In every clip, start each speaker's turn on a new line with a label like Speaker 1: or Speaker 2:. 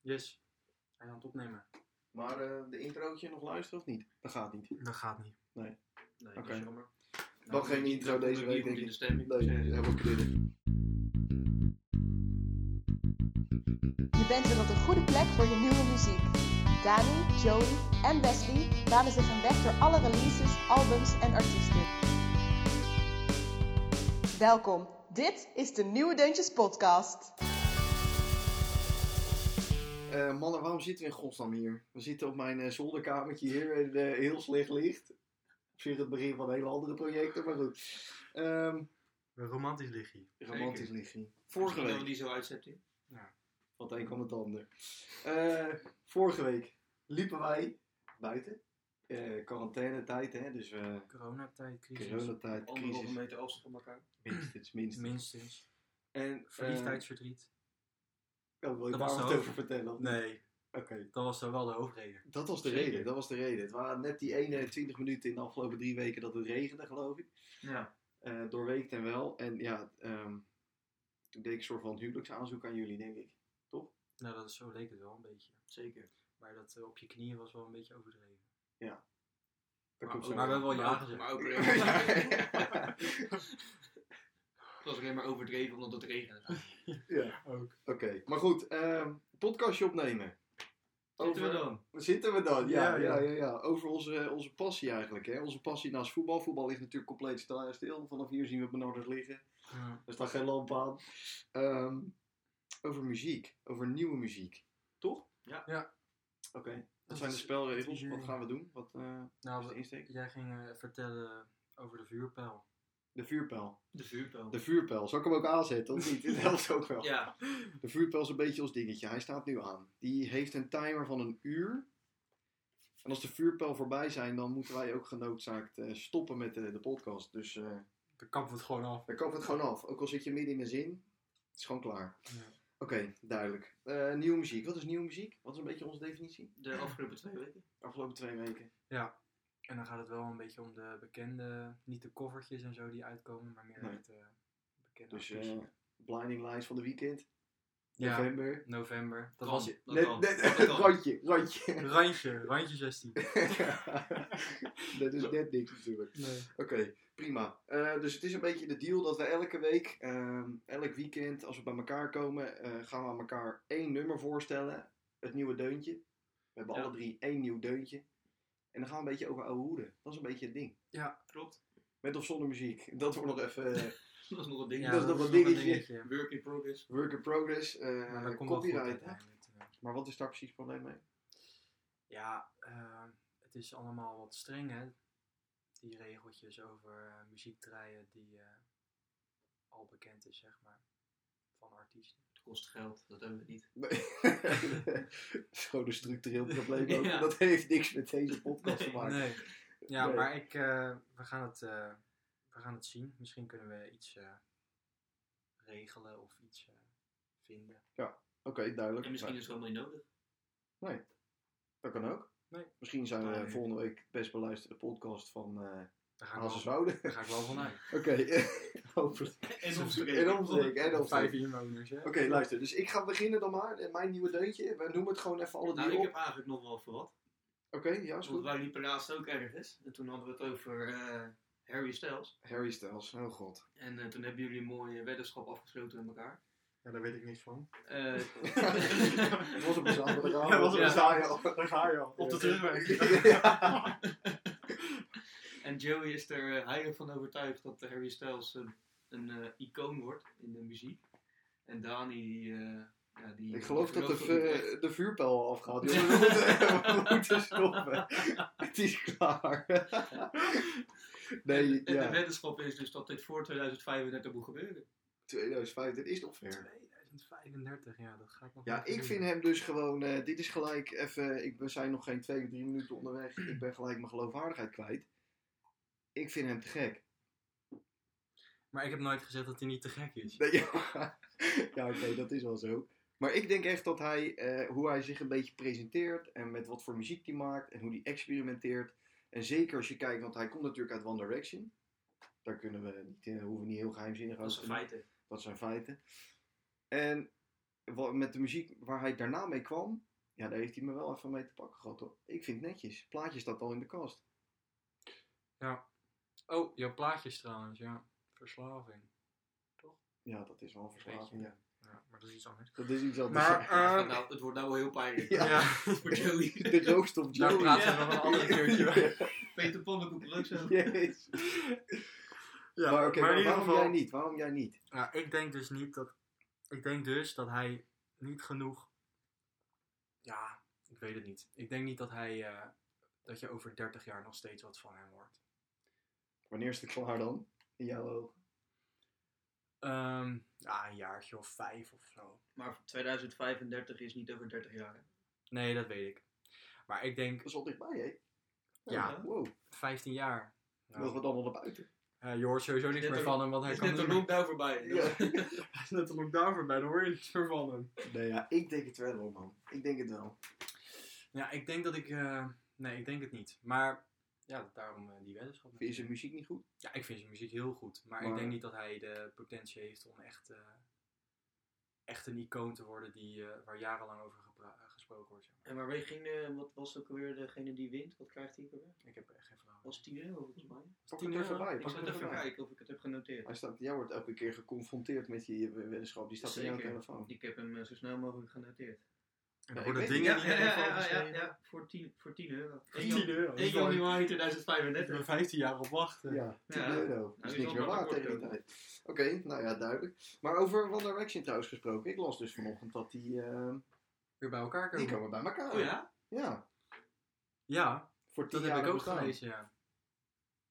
Speaker 1: Yes. Hij aan het opnemen.
Speaker 2: Maar eh, de introotje nog luisteren of niet? Dat gaat niet.
Speaker 1: Dat gaat niet.
Speaker 3: Nee,
Speaker 2: Oké.
Speaker 3: dat is jammer. Nou,
Speaker 2: Dan geen
Speaker 3: moet je-
Speaker 2: intro
Speaker 3: dan
Speaker 2: deze
Speaker 3: moet je
Speaker 2: week,
Speaker 3: niet
Speaker 2: denk
Speaker 3: in
Speaker 2: ik.
Speaker 3: de stemming
Speaker 2: Nee, dat
Speaker 3: zijn.
Speaker 2: is helemaal knudden.
Speaker 4: Je bent weer op de goede plek voor je nieuwe muziek. Dani, Joey en Wesley banen zich een weg door alle releases, albums en artiesten. Welkom, dit is de Nieuwe Deuntjes Podcast.
Speaker 2: Eh, mannen, waarom zitten we in godsnaam hier? We zitten op mijn eh, zolderkamertje hier en eh, heel slecht licht. Op zich het begin van hele andere projecten, maar goed. Ehm,
Speaker 1: Een romantisch lichtje.
Speaker 2: romantisch lichtje.
Speaker 3: Vorige
Speaker 2: Misschien
Speaker 3: week.
Speaker 2: wel
Speaker 3: die zo uitzette.
Speaker 2: Van het een kwam het ander. Eh, vorige week liepen wij buiten. Eh quarantainetijd, hè? dus eh
Speaker 1: Coronatijd, crisis.
Speaker 2: coronatijd,
Speaker 3: Anderhalve
Speaker 2: crisis,
Speaker 3: meter afstand van elkaar.
Speaker 2: minstens, minstens.
Speaker 1: Minstens.
Speaker 2: En,
Speaker 1: Verliefdheidsverdriet.
Speaker 2: eh, oh, wil je
Speaker 1: Dat
Speaker 2: daar
Speaker 1: was de
Speaker 2: wat
Speaker 1: hoofd-
Speaker 2: over vertellen? of niet?
Speaker 1: nee,
Speaker 2: Oké.
Speaker 1: dat was dan wel de hoofdreden.
Speaker 2: Dat was de
Speaker 3: Zeker.
Speaker 2: reden, dat was de reden. Het waren net die ene 20 minuten in de afgelopen drie weken dat het regende, geloof ik.
Speaker 3: Ja.
Speaker 2: Eh doorweekt en wel. En ja, ehm, toen deed ik een soort van huwelijksaanzoek aan jullie, denk ik.
Speaker 1: Nou, dat is, zo leek het wel een beetje.
Speaker 3: Zeker.
Speaker 1: Maar dat eh, op je knieën was wel een beetje overdreven.
Speaker 2: Dat
Speaker 3: Maar-
Speaker 2: komt zo.
Speaker 1: maar we hebben wel ja
Speaker 3: Maar-
Speaker 1: gezegd.
Speaker 3: Maar ook
Speaker 2: ja,
Speaker 3: Het was alleen maar overdreven omdat het regende.
Speaker 2: Ja,
Speaker 1: ook.
Speaker 2: oké. Maar goed, ehm, podcastje opnemen.
Speaker 3: Zitten we dan?
Speaker 2: Zitten we dan?
Speaker 1: Ja,
Speaker 2: Ja, ja,
Speaker 1: ja.
Speaker 2: ja. ja, Over onze, onze passie eigenlijk. Hè? Onze passie naast voetbal. Voetbal ligt natuurlijk compleet stil- stil. Vanaf hier zien we Bernardus liggen.
Speaker 1: Ja.
Speaker 2: Er staat Dus geen lamp aan. Ehm, over muziek. Over nieuwe muziek. Toch?
Speaker 3: Ja.
Speaker 1: Ja.
Speaker 2: Oké. Dat
Speaker 1: Dat
Speaker 2: zijn de
Speaker 1: is
Speaker 2: spelregels.
Speaker 1: drie uur.
Speaker 2: Wat gaan we doen? Wat eh,
Speaker 1: Nou,
Speaker 2: is de
Speaker 1: we-
Speaker 2: insteek?
Speaker 1: jij ging eh, vertellen over de vuurpijl.
Speaker 2: De vuurpijl.
Speaker 3: De vuurpijl.
Speaker 2: De vuurpijl. Zal ik hem ook aanzetten of niet? Dat helpt ook wel.
Speaker 3: Ja.
Speaker 2: De vuurpijl is een beetje ons dingetje. Hij staat nu aan. Die heeft een timer van een uur. En als de vuurpijl voorbij zijn, dan moeten wij ook genoodzaakt eh, stoppen met eh, de podcast. Dus eh
Speaker 1: Dan kappen we het gewoon af.
Speaker 2: dan kopen we het gewoon af. Ook al zit je midden in een zin, het is gewoon klaar.
Speaker 1: Ja.
Speaker 2: Oké, duidelijk. Eh, nieuwe muziek. Wat is nieuwe muziek? Wat is een beetje onze definitie?
Speaker 3: De afgelopen twee weken.
Speaker 2: Afgelopen twee weken.
Speaker 1: Ja. En dan gaat het wel een beetje om de bekende, niet de covertjes en zo die uitkomen, maar meer
Speaker 2: Nee.
Speaker 1: het eh, bekende
Speaker 2: Dus
Speaker 1: artiesten.
Speaker 2: eh, Blinding Lights van de weekend.
Speaker 1: Ja.
Speaker 2: November.
Speaker 1: November. Dat
Speaker 3: Kan.
Speaker 1: was
Speaker 3: Dat
Speaker 2: Net-
Speaker 3: kan.
Speaker 2: net-
Speaker 3: Dat kan.
Speaker 2: randje, randje.
Speaker 1: Randje, randje 16.
Speaker 2: dat is net niks natuurlijk.
Speaker 1: Nee.
Speaker 2: Oké, prima. Eh, dus het is een beetje de deal dat we elke week, ehm, elk weekend, als we bij elkaar komen, eh, gaan we aan elkaar één nummer voorstellen. Het nieuwe deuntje. We hebben
Speaker 3: Ja.
Speaker 2: alle drie één nieuw deuntje. En dan gaan we een beetje over oude hoeden. Dat is een beetje het ding.
Speaker 3: Klopt.
Speaker 2: Met of zonder muziek. Dat wordt nog even eh,
Speaker 3: Dat was nog een ding.
Speaker 2: dat is nog een dingetje.
Speaker 3: Work in progress.
Speaker 2: work in progress. eh,
Speaker 1: Maar dat komt wel goed
Speaker 2: copyright.
Speaker 1: uiteindelijk. eh.
Speaker 2: maar wat is daar precies het probleem mee?
Speaker 1: Ja, eh, het is allemaal wat streng hè. Die regeltjes over eh, muziekdraaien die eh, al bekend is, zeg maar. Van artiesten.
Speaker 3: Het kost geld. Dat hebben we niet.
Speaker 2: Gewoon een structureel probleem ook.
Speaker 3: Ja.
Speaker 2: Dat heeft niks met deze podcast te
Speaker 3: Nee,
Speaker 2: maken.
Speaker 1: Nee. Ja,
Speaker 2: Nee.
Speaker 1: maar ik, eh, we, gaan het, eh, we gaan het zien. Misschien kunnen we iets eh, regelen of iets eh, vinden.
Speaker 2: Oké, duidelijk.
Speaker 3: En misschien is het gewoon niet nodig.
Speaker 2: Dat kan ook.
Speaker 1: Nee.
Speaker 2: Misschien zijn we
Speaker 1: Nee.
Speaker 2: volgende week de best beluisterde podcast van eh
Speaker 1: Daar ga ik
Speaker 2: Hazen
Speaker 1: wel,
Speaker 2: Zouden.
Speaker 1: daar ga ik wel van uit.
Speaker 2: Oké, hopelijk.
Speaker 3: En
Speaker 2: En omstreek, en
Speaker 1: Vijf
Speaker 2: omstreek.
Speaker 1: inwoners, hè?
Speaker 2: Oké, luister. Dus ik ga beginnen dan maar. En Mijn nieuwe deuntje. We noemen het gewoon even alle drie
Speaker 3: Nou, ik
Speaker 2: op.
Speaker 3: heb eigenlijk nog wel voor wat.
Speaker 2: Oké, ja, is
Speaker 3: Want
Speaker 2: goed.
Speaker 3: wij liepen laatst ook ergens. En toen hadden we het over eh, Harry Styles.
Speaker 2: Harry Styles. Oh god.
Speaker 3: En eh, toen hebben jullie een mooie weddenschap afgesloten met elkaar.
Speaker 1: Ja, daar weet ik niks van.
Speaker 3: Eh,
Speaker 2: Het was op een zaterdagavond.
Speaker 1: Ja, was
Speaker 3: op een
Speaker 2: zaal.
Speaker 1: Daar ga je al. Op de terugweg.
Speaker 3: en Joey is er eh, heilig van overtuigd dat Harry Styles een, een eh, icoon wordt in de muziek. En Dani, die, eh, ja, die...
Speaker 2: Ik geloof dat eh, de,
Speaker 3: gelooft niet echt.
Speaker 2: vu- de vuurpijl afgaat. jongen. We moeten, we moeten stoppen. Het is klaar. Nee,
Speaker 3: En, en de
Speaker 2: ja.
Speaker 3: weddenschap is dus dat dit voor 2035 moet gebeuren.
Speaker 2: 2005, dit is nog ver.
Speaker 1: 2035, ja, dat gaat nog
Speaker 2: Ja,
Speaker 1: even
Speaker 2: ik
Speaker 1: duren.
Speaker 2: vind hem dus gewoon. eh, dit is gelijk even. Ik, we zijn nog geen twee, drie minuten onderweg. Ik ben gelijk mijn geloofwaardigheid kwijt. Ik vind hem te gek.
Speaker 1: Maar ik heb nooit gezegd dat hij niet te gek is.
Speaker 2: Nee, ja, ja oké, dat is wel zo. Maar ik denk echt dat hij, eh, hoe hij zich een beetje presenteert en met wat voor muziek hij maakt en hoe hij experimenteert. En zeker als je kijkt, want hij komt natuurlijk uit One Direction. Daar kunnen we niet, eh, hoeven we niet heel geheimzinnig
Speaker 3: Dat
Speaker 2: over
Speaker 3: is
Speaker 2: te
Speaker 3: een
Speaker 2: doen.
Speaker 3: feit. hè.
Speaker 2: Dat zijn feiten. En wa- met de muziek waar hij daarna mee kwam, ja, daar heeft hij me wel even mee te pakken gehad hoor. Ik vind het netjes. Plaatje staat al in de kast.
Speaker 1: Ja. Oh, jouw plaatjes trouwens, ja. Verslaving.
Speaker 2: Ja, dat is wel een verslaving. Ja.
Speaker 1: Ja, maar dat is iets anders.
Speaker 2: Dat is iets anders.
Speaker 1: Maar,
Speaker 2: Ja.
Speaker 1: eh,
Speaker 3: Gaat nou, het wordt nou wel heel pijnlijk.
Speaker 2: Ja.
Speaker 3: Voor Joey.
Speaker 2: de roost op
Speaker 1: daar
Speaker 2: Joey.
Speaker 1: praten
Speaker 3: ja.
Speaker 1: we nog een andere keertje bij.
Speaker 3: Peter Pannenkoek, leuk zo.
Speaker 2: Jezus.
Speaker 1: Ja,
Speaker 2: maar oké, maar waarom jij niet? Waarom jij niet?
Speaker 1: Ja, ik denk dus niet dat. Ik denk dus dat hij niet genoeg. Ja, ik weet het niet. Ik denk niet dat hij. eh, dat je over 30 jaar nog steeds wat van hem hoort.
Speaker 2: Wanneer is het klaar dan? In jouw ogen?
Speaker 1: Ehm, ja, een jaartje of vijf of zo.
Speaker 3: Maar 2035 is niet over 30 jaar. hè?
Speaker 1: Nee, dat weet ik. Maar ik denk
Speaker 2: Dat is al dichtbij, hè?
Speaker 1: Ja.
Speaker 2: Wow,
Speaker 1: 15 jaar. Nou,
Speaker 2: mogen we dan wel naar buiten?
Speaker 1: eh, je hoort sowieso niks
Speaker 3: Is net
Speaker 1: meer
Speaker 3: een-
Speaker 1: van hem, want hij
Speaker 3: is
Speaker 1: kan
Speaker 3: net de
Speaker 1: niet meer-
Speaker 3: lockdown voorbij. dus.
Speaker 2: Ja.
Speaker 1: Hij is net de lockdown voorbij, dan hoor je niks meer van hem.
Speaker 2: Nee, ja, ik denk het wel, hoor, man. Ik denk het wel.
Speaker 1: Ja, ik denk dat ik... eh, nee, ik denk het niet. Maar ja, daarom eh, die weddenschap.
Speaker 2: Vind je zijn muziek niet goed?
Speaker 1: Ja, ik vind zijn muziek heel goed. Maar, ik
Speaker 2: Maar-
Speaker 1: denk niet dat hij de potentie heeft om echt, eh, echt een icoon te worden die, eh, waar jarenlang over gepra- eh, gesproken wordt. Zeg maar.
Speaker 3: En maar wie ging, eh, wat was ook alweer degene die wint? Wat krijgt hij ook alweer?
Speaker 1: Ik heb echt geen verhaal.
Speaker 3: Was 10 euro volgens mij.
Speaker 2: Pak hem er even bij.
Speaker 3: Ik
Speaker 2: Pak hem
Speaker 3: zal
Speaker 2: er
Speaker 3: even
Speaker 2: even bij.
Speaker 3: kijken Oh, of ik het heb genoteerd.
Speaker 2: Hij staat, jij wordt elke keer geconfronteerd met die eh, weddenschap. Die staat in jouw
Speaker 3: Zeker.
Speaker 2: telefoon.
Speaker 3: Ik heb hem eh, zo snel mogelijk genoteerd.
Speaker 1: En
Speaker 2: Ja,
Speaker 1: er
Speaker 2: ik
Speaker 1: worden
Speaker 2: weet
Speaker 1: dingen
Speaker 2: niet.
Speaker 1: die je ervan geschreven.
Speaker 3: voor 10 voor 10 euro.
Speaker 1: 10 euro.
Speaker 3: 1 januari 2035.
Speaker 1: 15 jaar op wachten.
Speaker 2: Ja, 10
Speaker 3: Ja.
Speaker 2: euro. Dat
Speaker 3: die
Speaker 2: is
Speaker 3: is
Speaker 2: niks
Speaker 3: wel
Speaker 2: meer
Speaker 3: wat
Speaker 2: waard tegen
Speaker 3: tekort
Speaker 2: die tijd. Oké, nou ja, duidelijk. Maar over One Direction trouwens gesproken. Ik las dus vanochtend dat die... eh,
Speaker 1: Weer bij elkaar
Speaker 2: die
Speaker 1: komen.
Speaker 2: komen bij elkaar.
Speaker 3: Oh ja?
Speaker 2: Ja,
Speaker 1: Ja,
Speaker 2: Voor tien
Speaker 1: dat heb
Speaker 2: jaar
Speaker 1: ik ook
Speaker 2: bestaan.
Speaker 1: gelezen, ja.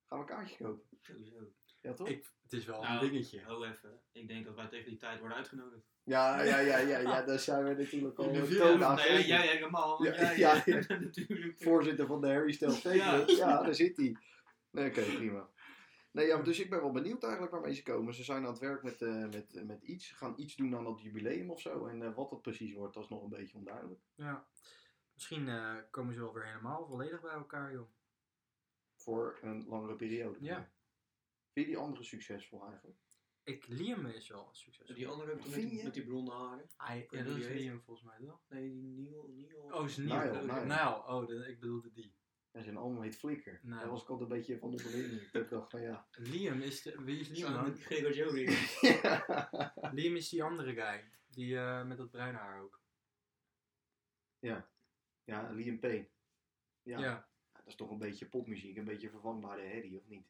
Speaker 2: Gaan we een kaartje kopen.
Speaker 3: Sowieso.
Speaker 2: Ja, toch?
Speaker 1: Ik, het is wel
Speaker 3: Nou,
Speaker 1: een dingetje.
Speaker 3: Hou even. Ik denk dat wij tegen die tijd worden uitgenodigd.
Speaker 2: Ja, ja, ja, ja, ja. Daar zijn we natuurlijk al
Speaker 1: In de
Speaker 2: een
Speaker 1: vierde-
Speaker 2: toon
Speaker 1: Nou,
Speaker 2: aan
Speaker 3: nee,
Speaker 2: gegeven.
Speaker 3: jij helemaal. want
Speaker 2: Ja,
Speaker 3: jij,
Speaker 2: ja,
Speaker 3: eh, natuurlijk.
Speaker 2: Voorzitter van de Harry Stel Club. Ja. daar zit hij. Nee, oké, prima. Nee, ja, dus ik ben wel benieuwd eigenlijk waarmee ze komen. Ze zijn aan het werk met, eh, met, met iets. Ze gaan iets doen aan dat jubileum of zo. En eh, wat dat precies wordt, dat is nog een beetje onduidelijk.
Speaker 1: Ja. Misschien eh, komen ze wel weer helemaal volledig bij elkaar, joh.
Speaker 2: Voor een langere periode.
Speaker 1: Ja.
Speaker 2: Vind je die andere succesvol eigenlijk?
Speaker 1: Ik, Liam is wel een succes.
Speaker 3: Die andere ook met
Speaker 2: Vind je?
Speaker 3: die, met die blonde haren.
Speaker 1: Hij- ja, dat is Liam volgens mij wel.
Speaker 3: Nee, die Neil. Neil
Speaker 1: Oh, is Neil.
Speaker 2: Nile,
Speaker 1: Nile,
Speaker 2: Nile.
Speaker 1: Oh, de- ik bedoelde die.
Speaker 2: En zijn allemaal heet Flikker.
Speaker 1: Nou.
Speaker 2: Daar was ik altijd een beetje van onder de indruk. Dat Ik dacht van ja.
Speaker 1: Liam is de... Wie is Liam
Speaker 3: Samen
Speaker 1: dan?
Speaker 3: met Gregor Jolie.
Speaker 1: Liam is die andere guy. Die eh, met dat bruine haar ook.
Speaker 2: ja, Liam Payne. Ja.
Speaker 1: Ja.
Speaker 2: Dat is toch een beetje popmuziek. Een beetje vervangbare herrie, of niet?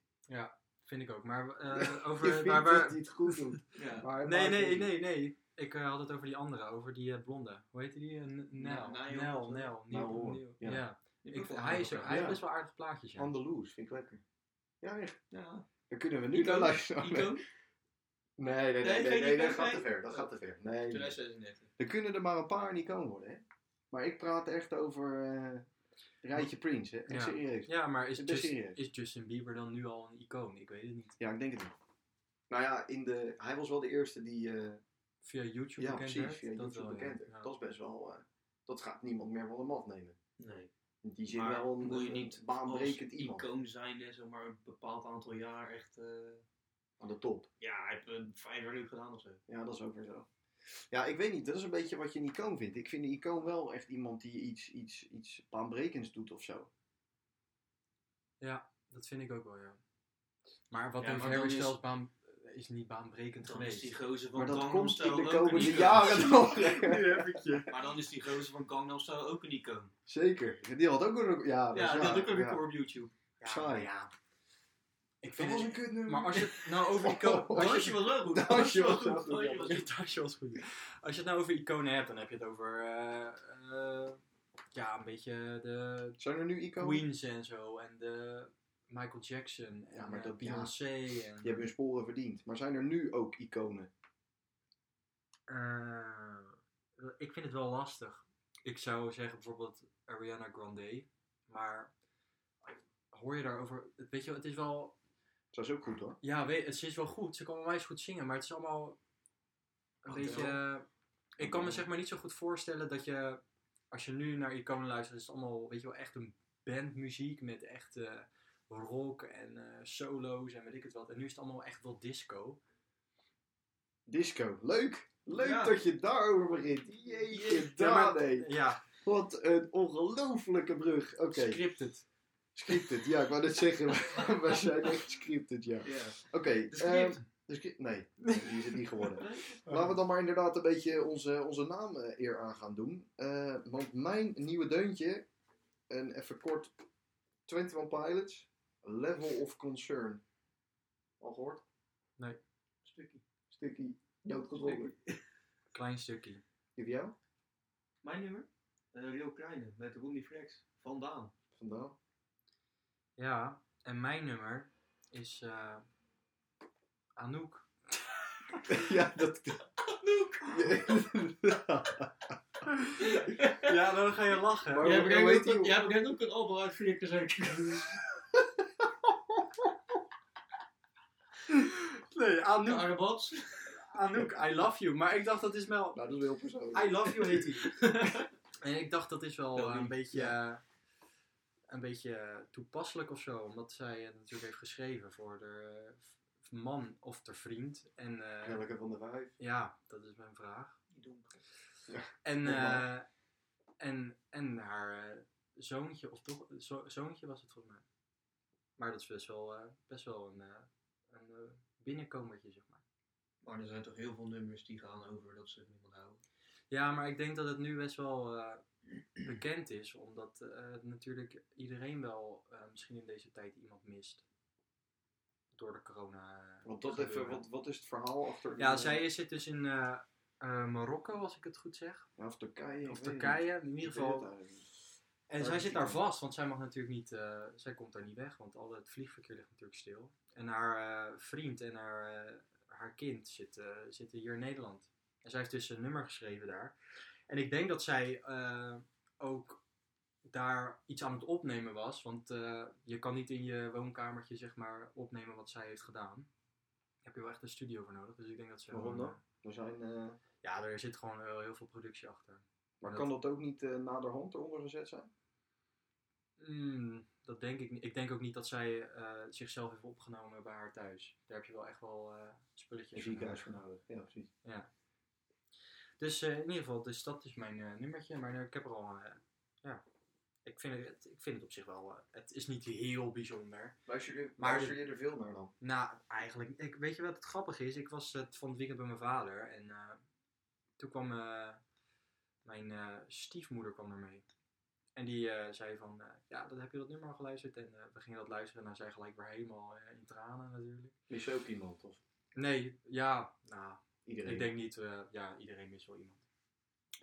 Speaker 1: vind ik ook. Maar eh,
Speaker 2: Ik
Speaker 1: over...
Speaker 2: vind
Speaker 1: maar,
Speaker 2: dat
Speaker 1: waar-
Speaker 2: hij het dus- goed doet.
Speaker 3: Ja.
Speaker 2: Maar hij
Speaker 1: Nee,
Speaker 2: maakt
Speaker 1: nee,
Speaker 2: het-
Speaker 1: nee, nee. Ik eh, had het over die andere. Over die eh, blonde. Hoe heet die? Nel. Nel,
Speaker 3: Nile.
Speaker 1: Nel. Nel.
Speaker 2: Nile,
Speaker 1: Nieuw.
Speaker 2: ja.
Speaker 1: Ja.
Speaker 3: Die
Speaker 1: Ik,
Speaker 3: heeft ook wel
Speaker 1: hij is,
Speaker 3: andere
Speaker 1: hij heeft
Speaker 2: Ja.
Speaker 1: best wel aardige plaatjes, ja.
Speaker 2: Andaloes, vind ik lekker. Ja, echt.
Speaker 3: Ja.
Speaker 2: Dan kunnen we nu
Speaker 3: Ico?
Speaker 2: naar luisteren.
Speaker 3: Ico?
Speaker 2: Nee, nee, nee, nee,
Speaker 3: Nee,
Speaker 2: nee,
Speaker 3: geen
Speaker 2: nee,
Speaker 3: Ico,
Speaker 2: dat gaat
Speaker 3: nee.
Speaker 2: te ver. Dat gaat te ver. Nee. nee.
Speaker 3: 2036.
Speaker 2: Er kunnen er maar een paar niet komen worden, hè? Maar ik praat echt over eh Rijtje Prins, hè? Echt
Speaker 1: Ja.
Speaker 2: serieus.
Speaker 1: Ja, maar is,
Speaker 2: Ik ben
Speaker 1: Just-
Speaker 2: serieus.
Speaker 1: is Justin Bieber dan nu al een icoon? Ik weet het niet.
Speaker 2: Ja, ik denk het wel. Nou ja, in de, hij was wel de eerste die eh,
Speaker 1: Via YouTube
Speaker 2: ja,
Speaker 1: bekend
Speaker 2: precies,
Speaker 1: werd?
Speaker 2: via
Speaker 1: Dat
Speaker 2: YouTube
Speaker 1: wel, ja.
Speaker 2: bekend werd.
Speaker 1: Ja.
Speaker 2: Dat is best wel... eh, dat gaat niemand meer van de mat nemen.
Speaker 3: Nee.
Speaker 2: In die zin
Speaker 3: Maar
Speaker 2: wel een,
Speaker 3: moet je
Speaker 2: een
Speaker 3: niet
Speaker 2: baanbrekend
Speaker 3: als
Speaker 2: iemand.
Speaker 3: icoon zijn en zomaar een bepaald aantal jaar echt... eh,
Speaker 2: Aan de top.
Speaker 3: ja, hij heeft een vijf jaar leuk gedaan of zo.
Speaker 2: Ja, dat is ook weer zo. Ja, ik weet niet. Dat is een beetje wat je een icoon vindt. Ik vind een icoon wel echt iemand die iets, iets, iets baanbrekends doet of zo.
Speaker 1: Dat vind ik ook wel, ja. Maar wat
Speaker 3: Ja,
Speaker 1: een
Speaker 3: maar
Speaker 1: Harry
Speaker 3: dan is-
Speaker 1: Styles baan, is niet baanbrekend
Speaker 3: Dan is
Speaker 1: geweest.
Speaker 3: die gozer van
Speaker 2: Maar dat
Speaker 3: Gangnam
Speaker 2: komt in
Speaker 3: Style
Speaker 2: de
Speaker 3: ook een
Speaker 2: komende
Speaker 3: icoon.
Speaker 2: jaren nog.
Speaker 1: heb ik je.
Speaker 3: Maar dan is die gozer van Gangnam Style ook een icoon.
Speaker 2: Zeker. Die had ook een record. Ja, dat is
Speaker 3: Ja, die
Speaker 2: waar.
Speaker 3: had ook een
Speaker 2: Ja.
Speaker 3: record op YouTube.
Speaker 1: Ja,
Speaker 2: Saai.
Speaker 1: maar ja. Ik
Speaker 2: Dat
Speaker 1: vind
Speaker 2: was
Speaker 1: het...
Speaker 2: een kutnummer.
Speaker 1: Maar als je nou over icoon...
Speaker 2: Oh,
Speaker 1: als
Speaker 3: Dansje
Speaker 1: je...
Speaker 3: was wel goed.
Speaker 2: Dansje
Speaker 3: Dansje
Speaker 2: was
Speaker 3: was
Speaker 2: wel
Speaker 3: goed.
Speaker 2: goed,
Speaker 3: Dansje was goed.
Speaker 1: Ja, dat was goed. Als je het nou over iconen hebt, dan heb je het over... eh, eh, ja, een beetje de
Speaker 2: Zijn er nu iconen?
Speaker 1: Queens en zo. En de Michael Jackson. En
Speaker 2: Ja, maar
Speaker 1: eh,
Speaker 2: dat- ja.
Speaker 1: Beyoncé. En...
Speaker 2: Die hebben hun sporen verdiend. Maar zijn er nu ook iconen?
Speaker 1: Eh, ik vind het wel lastig. Ik zou zeggen bijvoorbeeld Ariana Grande. Maar hoor je daarover? het- Weet je, wel, het is wel.
Speaker 2: Dat is ook goed hoor.
Speaker 1: Ja, weet, het ze is wel goed. Ze kan wel eens goed zingen, maar het is allemaal een
Speaker 3: Ach,
Speaker 1: beetje. ik kan me zeg maar niet zo goed voorstellen dat je. Als je nu naar iconen luistert, is het allemaal, weet je wel, echt een bandmuziek met echt eh, rock en eh, solo's en weet ik het wat. En nu is het allemaal echt wel disco.
Speaker 2: Disco. Leuk. Leuk
Speaker 3: Ja.
Speaker 2: dat je daarover begint. Jeetje,
Speaker 1: Ja, maar-
Speaker 2: Dane.
Speaker 1: Ja,
Speaker 2: Wat een ongelofelijke brug. Oké,
Speaker 1: scripted.
Speaker 2: scripted. Ja, ik wou net zeggen, wij zijn echt scripted, ja.
Speaker 3: Ja.
Speaker 2: Oké,
Speaker 3: De script.
Speaker 2: ehm, de script- nee, die is het niet geworden. Laten we dan maar inderdaad een beetje onze, onze naam eh, eer aan gaan doen. Eh, want mijn nieuwe deuntje, en even kort, 21 Pilots, Level of Concern. Al gehoord?
Speaker 3: Stukje.
Speaker 2: Stukkie, noodgedwongen.
Speaker 1: Klein stukje.
Speaker 2: Die van jou?
Speaker 3: Mijn nummer? Eh Real Kleine met Ronnie Flex. Vandaan.
Speaker 2: Vandaan?
Speaker 1: Ja, en mijn nummer is eh, Anouk.
Speaker 2: ja, dat... Nou,
Speaker 3: Anouk!
Speaker 1: Ja, dan ga je lachen.
Speaker 2: Maar-
Speaker 3: Jij
Speaker 2: hoe heet
Speaker 3: brengt,
Speaker 2: die,
Speaker 3: ook,
Speaker 2: joh?
Speaker 3: jij brengt ook een album uit dus Flikker zeker.
Speaker 1: Nee,
Speaker 3: De
Speaker 1: Anouk,
Speaker 3: Arabats.
Speaker 1: Anouk, I love you. Maar ik dacht dat is wel...
Speaker 2: nou, dat is wel heel persoonlijk.
Speaker 1: I love you heet hij. en ik dacht dat is wel
Speaker 3: Heel
Speaker 1: eh, een
Speaker 3: lief,
Speaker 1: beetje... eh, een beetje eh, toepasselijk of zo. Omdat zij het natuurlijk heeft geschreven voor de man of de vriend. En eh,
Speaker 2: Welke van de vijf?
Speaker 1: ja, dat is mijn vraag. En,
Speaker 2: Normaal.
Speaker 1: eh, en, en haar eh, zoontje, of toch, zo- zoontje was het volgens mij. Maar dat is best wel, eh, best wel een, eh, een eh, binnenkomertje, zeg maar.
Speaker 3: Maar er zijn toch heel veel nummers die gaan over dat ze het niet meer houden.
Speaker 1: Ja, maar ik denk dat het nu best wel eh, bekend is, omdat eh, natuurlijk iedereen wel eh, misschien in deze tijd iemand mist. Door de corona. eh,
Speaker 2: Want dat
Speaker 1: gebeuren.
Speaker 2: even, wat, wat is het verhaal achter...
Speaker 1: Ja,
Speaker 2: eh,
Speaker 1: zij zit dus in eh, eh, Marokko, als ik het goed zeg.
Speaker 2: Ja, of Turkije.
Speaker 1: Of
Speaker 2: ik weet
Speaker 1: Turkije, in
Speaker 2: niet.
Speaker 1: ieder
Speaker 2: Ik weet
Speaker 1: geval.
Speaker 2: het eigenlijk niet.
Speaker 1: En
Speaker 2: Maar
Speaker 1: zij
Speaker 2: dat
Speaker 1: zit
Speaker 2: is
Speaker 1: daar
Speaker 2: jammer.
Speaker 1: vast, want zij mag natuurlijk niet, eh, zij komt daar niet weg, want al het vliegverkeer ligt natuurlijk stil. En haar eh, vriend en haar, eh, haar kind zitten, zitten hier in Nederland. En zij heeft dus een nummer geschreven daar. En ik denk dat zij eh, ook daar iets aan het opnemen was, want eh, je kan niet in je woonkamertje zeg maar opnemen wat zij heeft gedaan. Daar heb je wel echt een studio voor nodig, dus ik denk dat ze...
Speaker 2: Waarom
Speaker 1: wel,
Speaker 2: dan?
Speaker 1: eh,
Speaker 2: Er zijn... eh,
Speaker 1: Ja, er zit gewoon wel heel veel productie achter.
Speaker 2: maar
Speaker 1: dat-
Speaker 2: kan dat ook niet eh, naderhand eronder gezet zijn?
Speaker 1: Mm, dat denk ik niet. Ik denk ook niet dat zij eh, zichzelf heeft opgenomen bij haar thuis. Daar heb je wel echt wel eh, spulletjes voor nodig.
Speaker 2: nodig. Ja, precies.
Speaker 1: Dus eh, in ieder geval, dus dat is mijn eh, nummertje. Maar eh, ik heb er al, eh, ja, ik vind, het, ik vind het op zich wel, eh, het is niet heel bijzonder.
Speaker 2: Luister je,
Speaker 1: Maar-
Speaker 2: luister je er veel naar dan?
Speaker 1: Nou, eigenlijk, ik, weet je wat het grappige is? Ik was het van het weekend bij mijn vader en eh, toen kwam eh, mijn eh, stiefmoeder kwam er mee. En die eh, zei van, eh, ja, dat heb je dat nummer al geluisterd? En eh, we gingen dat luisteren en dan zij gelijk weer helemaal eh, in tranen natuurlijk.
Speaker 2: Is ook iemand, of
Speaker 1: Nee, ja, nou,
Speaker 2: iedereen?
Speaker 1: ik denk niet, eh, ja, iedereen mist wel iemand.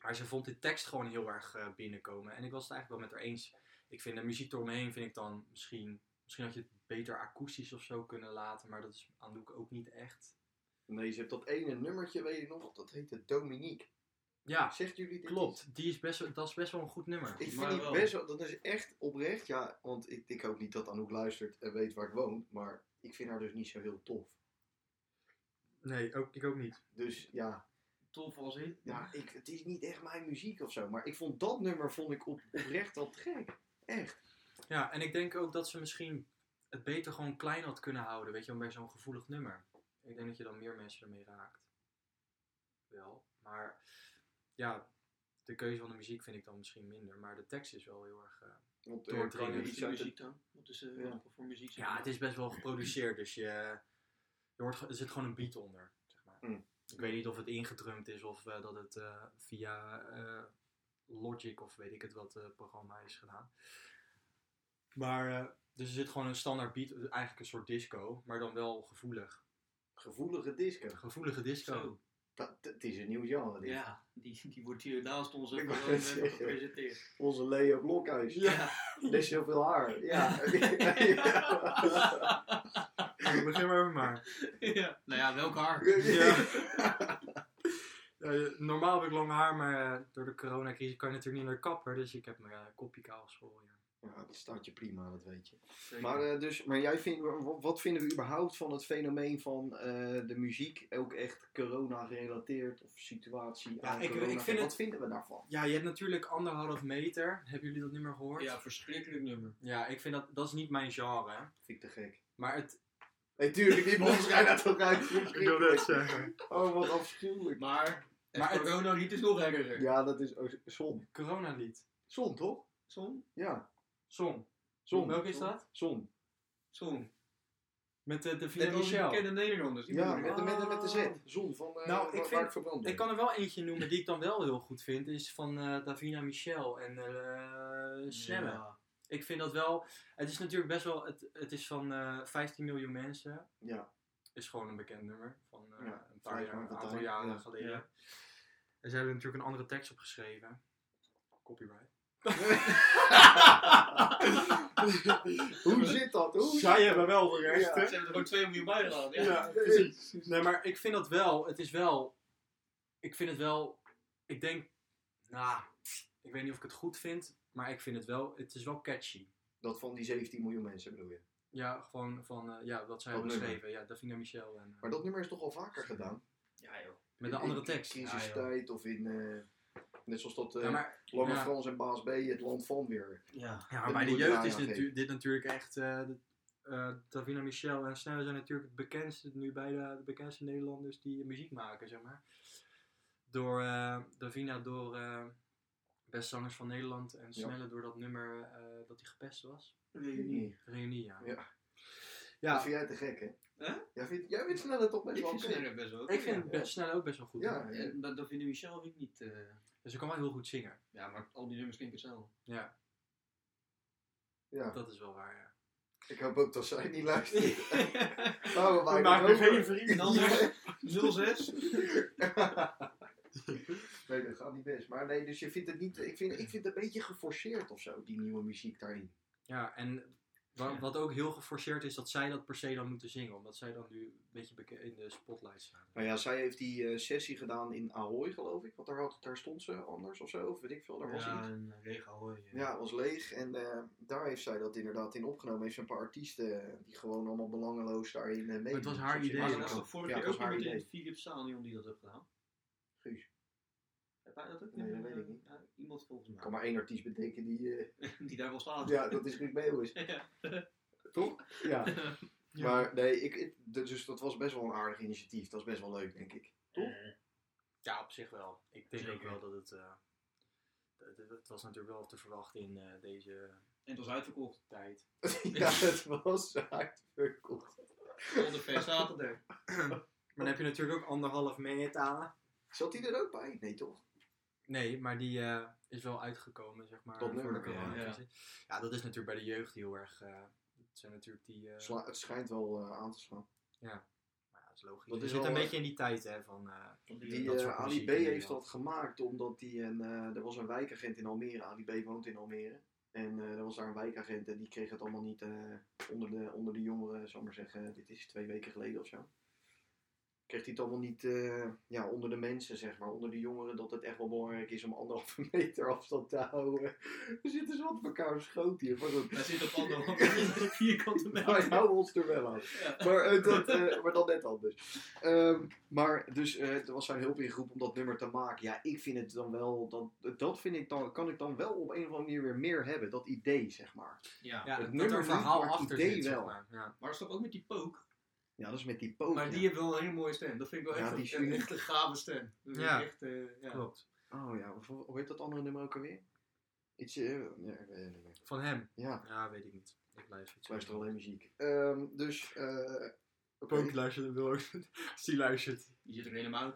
Speaker 1: Maar ze vond de tekst gewoon heel erg eh, binnenkomen. En ik was het eigenlijk wel met haar eens. Ik vind de muziek eromheen, vind ik dan misschien... Misschien had je het beter akoestisch of zo kunnen laten. Maar dat is aan Doek ook niet echt.
Speaker 2: Nee, ze hebt dat ene nummertje, weet je nog? Dat heette Dominique.
Speaker 1: Ja,
Speaker 2: Zegt jullie dit iets?
Speaker 1: klopt. Die is best, wel- dat is best wel een goed nummer.
Speaker 2: Ik vind
Speaker 3: Maar
Speaker 2: die
Speaker 3: wel.
Speaker 2: best wel, dat is echt oprecht, ja, want ik, ik hoop niet dat Anouk luistert en weet waar ik woon, maar ik vind haar dus niet zo heel tof.
Speaker 1: Nee, ook, ik ook niet.
Speaker 2: Dus ja,
Speaker 3: Tof als in.
Speaker 2: ja ik, het is niet echt mijn muziek of zo, maar ik vond dat nummer vond ik op, oprecht wat gek. Echt.
Speaker 1: Ja, en ik denk ook dat ze misschien het beter gewoon klein had kunnen houden. Weet je, wel, bij zo'n gevoelig nummer. Ik denk dat je dan meer mensen ermee raakt. Wel, maar ja, de keuze van de muziek vind ik dan misschien minder. Maar de tekst is wel heel erg... eh,
Speaker 2: Want
Speaker 1: Door
Speaker 2: er
Speaker 1: het
Speaker 2: kan
Speaker 1: ringen.
Speaker 2: iets uit het-
Speaker 3: muziek dan? Wat is
Speaker 2: Ja.
Speaker 3: eh wat voor muziek?
Speaker 1: ja, het is best wel geproduceerd. Dus je, je hoort, ge- er zit gewoon een beat onder. Zeg maar.
Speaker 2: Mm.
Speaker 1: Ik weet niet of het ingedrumd is of eh, dat het eh, via eh, Logic of weet ik het wat eh, programma is gedaan. Maar eh, dus er zit gewoon een standaard beat, eh, eigenlijk een soort disco, maar dan wel gevoelig.
Speaker 2: gevoelige disco.
Speaker 1: Een gevoelige disco.
Speaker 3: Zo.
Speaker 2: Dat, het is een nieuw genre. dit.
Speaker 3: Ja, die, die wordt hier naast ons
Speaker 2: Ik
Speaker 3: ook
Speaker 2: wou
Speaker 3: wel
Speaker 2: net
Speaker 3: even
Speaker 2: zeggen.
Speaker 3: gepresenteerd.
Speaker 2: Onze Leo Blokhuis.
Speaker 3: Ja.
Speaker 2: Dus zoveel haar. Ja.
Speaker 1: Ik begin maar maar.
Speaker 3: ja. Nou ja, welk haar?
Speaker 1: Ja. Eh, normaal heb ik lang haar, maar eh, door de coronacrisis kan je natuurlijk niet naar de kapper. Dus ik heb mijn eh, kopje kaal geschoren. ja.
Speaker 2: Ja, dat staat je prima, dat weet je.
Speaker 3: Zeker.
Speaker 2: Maar, eh, dus, maar jij vindt, wa- wat vinden we überhaupt van het fenomeen van eh, de muziek, ook echt corona gerelateerd of situatie
Speaker 1: Ja,
Speaker 2: aan
Speaker 1: ik-
Speaker 2: corona?
Speaker 1: ik vind
Speaker 2: wat
Speaker 1: het-
Speaker 2: vinden we daarvan?
Speaker 1: Ja, je hebt natuurlijk anderhalf meter. Hebben jullie dat nummer gehoord?
Speaker 3: ja, verschrikkelijk nummer.
Speaker 1: Ja, ik vind dat, dat is niet mijn genre.
Speaker 2: Vind ik te gek.
Speaker 1: Maar het,
Speaker 2: Nee, tuurlijk, die mond schijnt uit elkaar.
Speaker 1: Ik wil dat zeggen.
Speaker 2: Oh, wat afschuwelijk.
Speaker 3: Maar,
Speaker 1: Maar
Speaker 3: het
Speaker 1: het-
Speaker 3: coronalied is nog erger.
Speaker 2: Ja, dat is ook zon.
Speaker 1: Coronalied.
Speaker 2: Zon, toch?
Speaker 3: Zon?
Speaker 2: Ja,
Speaker 1: Song.
Speaker 2: zon.
Speaker 1: Welke is dat?
Speaker 2: Zon.
Speaker 3: Zon.
Speaker 1: Met de, de
Speaker 3: Net
Speaker 1: Via
Speaker 3: als die
Speaker 1: Michel.
Speaker 3: bekende Nederlanders. die
Speaker 2: Ja,
Speaker 3: bedoel ik.
Speaker 2: met de, met de, met de Z. Zon van eh
Speaker 1: Nou,
Speaker 2: waar-
Speaker 1: ik
Speaker 2: waar
Speaker 1: vind-
Speaker 2: ik verbrand ben.
Speaker 1: Ik kan er wel eentje noemen die ik dan wel heel goed vind. Is van eh, Davina Michel en eh Snelle.
Speaker 3: Ja.
Speaker 1: Ik vind dat wel... Het is natuurlijk best wel... Het, het is van eh 15 miljoen mensen.
Speaker 2: Ja.
Speaker 1: Is gewoon een bekend nummer. Van eh,
Speaker 2: Ja,
Speaker 1: een paar
Speaker 2: vrij
Speaker 1: jaar,
Speaker 2: van
Speaker 1: een
Speaker 2: dat
Speaker 1: aantal
Speaker 2: tijd,
Speaker 1: jaren
Speaker 2: ja.
Speaker 1: geleden.
Speaker 3: Ja.
Speaker 1: En ze hebben natuurlijk een andere tekst opgeschreven. Copyright.
Speaker 2: Hoe zit dat? Hoe zit dat?
Speaker 1: wel de
Speaker 2: recht,
Speaker 3: Ze hebben er ook 2 miljoen bij gedaan. Ja.
Speaker 1: Ja.
Speaker 2: Precies.
Speaker 1: Nee, maar ik vind dat wel. Het is wel. Ik vind het wel. Ik denk. Nou, ik weet niet of ik het goed vind. Maar ik vind het wel. Het is wel catchy.
Speaker 2: Dat van die 17 miljoen mensen bedoel je.
Speaker 1: Ja, gewoon van. eh, ja, wat zij
Speaker 2: Dat
Speaker 1: hebben
Speaker 2: nummer.
Speaker 1: geschreven. Ja, Davina Michel. En, eh,
Speaker 2: Maar dat nummer is toch al vaker gedaan?
Speaker 3: Ja, joh.
Speaker 1: met een andere
Speaker 2: In
Speaker 1: tekst. Ja,
Speaker 2: crisistijd of in... eh, net zoals dat
Speaker 1: joh.
Speaker 2: eh
Speaker 1: ja, maar,
Speaker 2: Lange
Speaker 1: ja.
Speaker 2: Frans en Baas B, het land van weer.
Speaker 3: Ja.
Speaker 1: ja, maar
Speaker 2: dat
Speaker 1: bij de
Speaker 2: moet je
Speaker 1: jeugd
Speaker 2: eraan
Speaker 1: is
Speaker 2: geven.
Speaker 1: natu- dit natuurlijk echt. eh, de- eh, Davina Michel en Snelle zijn natuurlijk het bekendste. Nu bij de, de bekendste Nederlanders die muziek maken, zeg maar. Door eh, Davina, door. eh Best Zangers van Nederland en
Speaker 2: Ja.
Speaker 1: Snelle door dat nummer eh, dat hij gepest was.
Speaker 3: Reunie.
Speaker 1: Reunie, ja.
Speaker 2: Ja. Dat
Speaker 1: Ja,
Speaker 2: vind jij te gek, hè?
Speaker 3: Huh?
Speaker 2: Jij vindt, jij vindt sneller toch best
Speaker 3: Ik
Speaker 2: wel
Speaker 3: vind
Speaker 2: oké.
Speaker 3: Snelle best wel. oké,
Speaker 1: ik vind
Speaker 3: ja.
Speaker 1: best snel ook best wel goed.
Speaker 2: Ja,
Speaker 1: hoor.
Speaker 2: ja.
Speaker 3: En dat, dat vinden Michel vind ik niet. eh,
Speaker 1: Dus ik kan wel heel goed zingen.
Speaker 3: ja, maar al die nummers klinken hetzelfde.
Speaker 1: Ja,
Speaker 2: ja.
Speaker 1: dat is wel waar, ja.
Speaker 2: Ik hoop ook dat zij niet luistert. Nou, we
Speaker 1: maak
Speaker 2: maken
Speaker 1: me
Speaker 2: geen
Speaker 1: geen
Speaker 3: En
Speaker 2: vrienden.
Speaker 3: anders 06.
Speaker 2: Nee, dat gaat niet best. Maar nee, dus je vindt het niet... Ik vind, ik vind het een beetje geforceerd of zo, die nieuwe muziek daarin.
Speaker 1: Ja, en wa- wat ook heel geforceerd is, dat zij dat per se dan moeten zingen. Omdat zij dan nu een beetje beke- in de spotlight staan.
Speaker 2: Nou ja, zij heeft die eh, sessie gedaan in Ahoy, geloof ik. Want daar, had, daar stond ze anders of zo. Of weet ik veel, daar was iets.
Speaker 3: Ja, een regen hoor.
Speaker 2: Ja, het was leeg. En eh, daar heeft zij dat inderdaad in opgenomen. Heeft ze een paar artiesten eh, die gewoon allemaal belangeloos daarin eh, mee.
Speaker 1: het was haar idee,
Speaker 3: Maar
Speaker 1: Nee,
Speaker 3: dat was toch vorige
Speaker 2: ja,
Speaker 3: keer
Speaker 2: dat
Speaker 3: ook
Speaker 2: was haar
Speaker 3: iemand
Speaker 2: idee.
Speaker 3: in Philip Sanion die dat heeft gedaan?
Speaker 2: Guus.
Speaker 3: Heb jij dat ook?
Speaker 2: Nee, dat
Speaker 3: Eh,
Speaker 2: weet ik niet.
Speaker 3: ja, iemand volgens
Speaker 2: Kan
Speaker 3: mij.
Speaker 2: maar één artiest bedenken die... eh,
Speaker 3: Die daar wel staat.
Speaker 2: ja, dat is Ruud Meeuwis.
Speaker 3: Ja.
Speaker 2: Toch? Ja. Maar nee, ik, ik- dus dat was best wel een aardig initiatief. Dat is best wel leuk, denk ik. Toch?
Speaker 1: Ja, op zich wel. Ik denk ook
Speaker 3: Zeker.
Speaker 1: wel dat het... eh, dat- dat- dat was natuurlijk wel te verwachten in eh, deze
Speaker 3: En het was uitverkocht.
Speaker 1: tijd.
Speaker 2: ja, het was uitverkocht.
Speaker 3: Al de fans zaten er.
Speaker 1: Maar dan heb je natuurlijk ook anderhalf meet aan.
Speaker 2: Zat hij er ook bij? Nee, toch?
Speaker 1: Nee, maar die eh, is wel uitgekomen, zeg maar.
Speaker 2: Dat
Speaker 1: voor
Speaker 2: nummer,
Speaker 1: de corona.
Speaker 3: ja.
Speaker 1: Ja. dat is natuurlijk bij de jeugd heel erg. eh, het zijn natuurlijk die. eh,
Speaker 2: Sla- het schijnt wel eh, aan te slaan.
Speaker 1: maar ja, dat is logisch.
Speaker 2: Dat
Speaker 1: Dat
Speaker 2: is
Speaker 1: zit
Speaker 2: wel,
Speaker 1: een
Speaker 2: eh,
Speaker 1: beetje in die tijd, hè? Van, eh,
Speaker 2: Die
Speaker 1: dat
Speaker 2: eh,
Speaker 1: soort
Speaker 2: Ali
Speaker 1: muziek
Speaker 2: B
Speaker 1: in
Speaker 2: heeft
Speaker 1: Nederland.
Speaker 2: dat gemaakt omdat die een, eh, er was een wijkagent in Almere. Ali B woont in Almere. En eh, er was daar een wijkagent en die kreeg het allemaal niet eh, onder, de, onder de jongeren, zal ik maar zeggen. eh, Dit is twee weken geleden of zo. Kreeg hij het allemaal niet eh, ja, onder de mensen, zeg maar. Onder de jongeren dat het echt wel belangrijk is om anderhalve meter afstand te houden. dus We zitten zo op elkaar schoot hier. Maar goed.
Speaker 3: Hij zit op anderhalve vierkante
Speaker 2: Wij
Speaker 3: meter.
Speaker 2: houden Nou, ons er wel aan. Maar, eh, dat, eh, maar dan net anders. Ehm, maar dus eh, er was zijn hulp ingeroepen om dat nummer te maken. Ja, ik vind het dan wel. Dat, dat vind ik dan, kan ik dan wel op een of andere manier weer meer hebben. Dat idee, zeg maar.
Speaker 3: Ja.
Speaker 1: ja,
Speaker 2: het
Speaker 1: dat
Speaker 2: nummer
Speaker 1: er een
Speaker 2: niet,
Speaker 1: verhaal
Speaker 2: maar het
Speaker 1: achter
Speaker 2: idee
Speaker 1: zit, zeg
Speaker 2: wel.
Speaker 1: maar. Ja.
Speaker 3: Maar dat is toch ook met die pook?
Speaker 2: Ja, dat is met die pook.
Speaker 3: Maar
Speaker 2: ja.
Speaker 3: die heeft wel een hele mooie stem. Dat vind ik wel
Speaker 2: Ja,
Speaker 3: echt
Speaker 2: die is
Speaker 3: een, een
Speaker 2: uniek.
Speaker 3: echte gave stem. Dat vind ik
Speaker 1: Ja.
Speaker 3: echt, eh, ja.
Speaker 1: Klopt.
Speaker 2: Oh ja, hoe- hoe heet dat andere nummer ook alweer? Iets. eh, ja, ik weet het niet meer.
Speaker 1: Van hem?
Speaker 2: Ja,
Speaker 1: Ja, weet ik niet. Ik luister het
Speaker 2: ik luister alleen muziek. Ehm, dus. eh oké.
Speaker 1: Ook luistert, wil ook. Als die luistert.
Speaker 3: Die zit er helemaal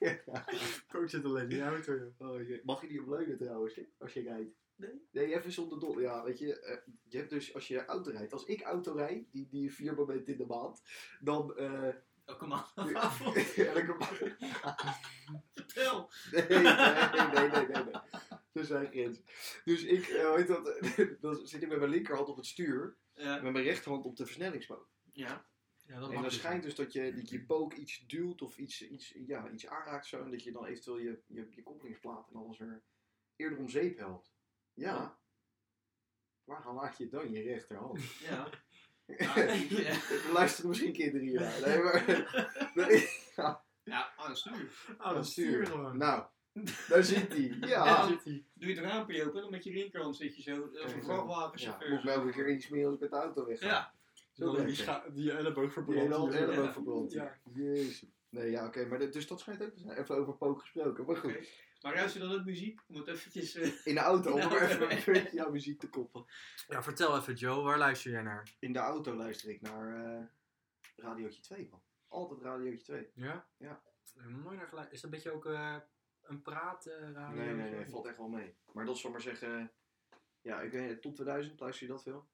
Speaker 3: uit.
Speaker 1: Ook zit alleen in die auto, joh.
Speaker 2: Oh, je- mag je die opleunen trouwens, hè, als je rijdt?
Speaker 3: Nee.
Speaker 2: Nee, even zonder dol. Ja, weet je, eh, je hebt dus als je auto rijdt, als ik auto rijd, die, die vier momenten in de maand, dan. eh
Speaker 3: Elke maandagavond.
Speaker 2: elke maand-
Speaker 3: Vertel.
Speaker 2: nee, nee, nee, nee, nee, nee. Er zijn grenzen. Dus ik, eh, weet je dat, dan zit ik met mijn linkerhand op het stuur en
Speaker 3: Ja.
Speaker 2: met mijn rechterhand op de versnellingsmotor.
Speaker 3: Eh, Ja.
Speaker 1: Ja, dat mag
Speaker 2: En dan
Speaker 1: dus niet.
Speaker 2: schijnt dus dat je, dat je pook iets duwt of iets, iets, ja, iets aanraakt zo, en dat je dan eventueel je, je, je koppelingsplaat en alles er eerder om zeep helpt. Ja.
Speaker 3: Ja.
Speaker 2: Waar laat je dan je rechterhand?
Speaker 3: Ja. Ah, Ja.
Speaker 2: Er Luisteren misschien kinderen hier naar. Nee, maar... Nee.
Speaker 3: Ja, aan het stuur.
Speaker 1: Ah, dat stuur
Speaker 2: Stuur.
Speaker 1: gewoon.
Speaker 2: Nou, daar zit hij.
Speaker 1: Daar
Speaker 2: Ja.
Speaker 1: zit hij.
Speaker 3: Doe je het raampje open, dan met je linkerhand zit je zo. eh, Als een
Speaker 2: Ja, moet ik
Speaker 3: vrachtwagenchauffeur.
Speaker 2: me elke keer iets meer als ik met de auto wegga.
Speaker 3: Ja.
Speaker 2: Zo
Speaker 1: Dan die,
Speaker 2: lekker.
Speaker 1: scha- die elleboog
Speaker 2: Die
Speaker 1: verbrand.
Speaker 2: hele hand
Speaker 1: hier.
Speaker 2: helemaal
Speaker 3: ja.
Speaker 2: verbrand.
Speaker 1: Ja.
Speaker 2: Jezus. Nee, ja, oké, maar dat- dus dat schijnt ook te zijn. Even over pook gesproken. Maar goed,
Speaker 3: Oké. Maar luister dan ook muziek? Om het eventjes... eh,
Speaker 2: in de auto, om
Speaker 3: In de
Speaker 2: er
Speaker 3: auto.
Speaker 2: even een beetje jouw muziek te koppelen.
Speaker 1: Ja, vertel even Joe, waar luister jij naar?
Speaker 2: In de auto luister ik naar eh Radiootje 2, man. Altijd Radiootje 2.
Speaker 1: Ja?
Speaker 2: Ja.
Speaker 1: Ik heb er nooit naar geluisterd. Is dat een beetje ook eh, een praat eh, radio?
Speaker 2: Nee, nee, nee, valt echt wel mee. Maar dat zal maar zeggen, ja, ik weet niet, top 2000, luister je dat veel?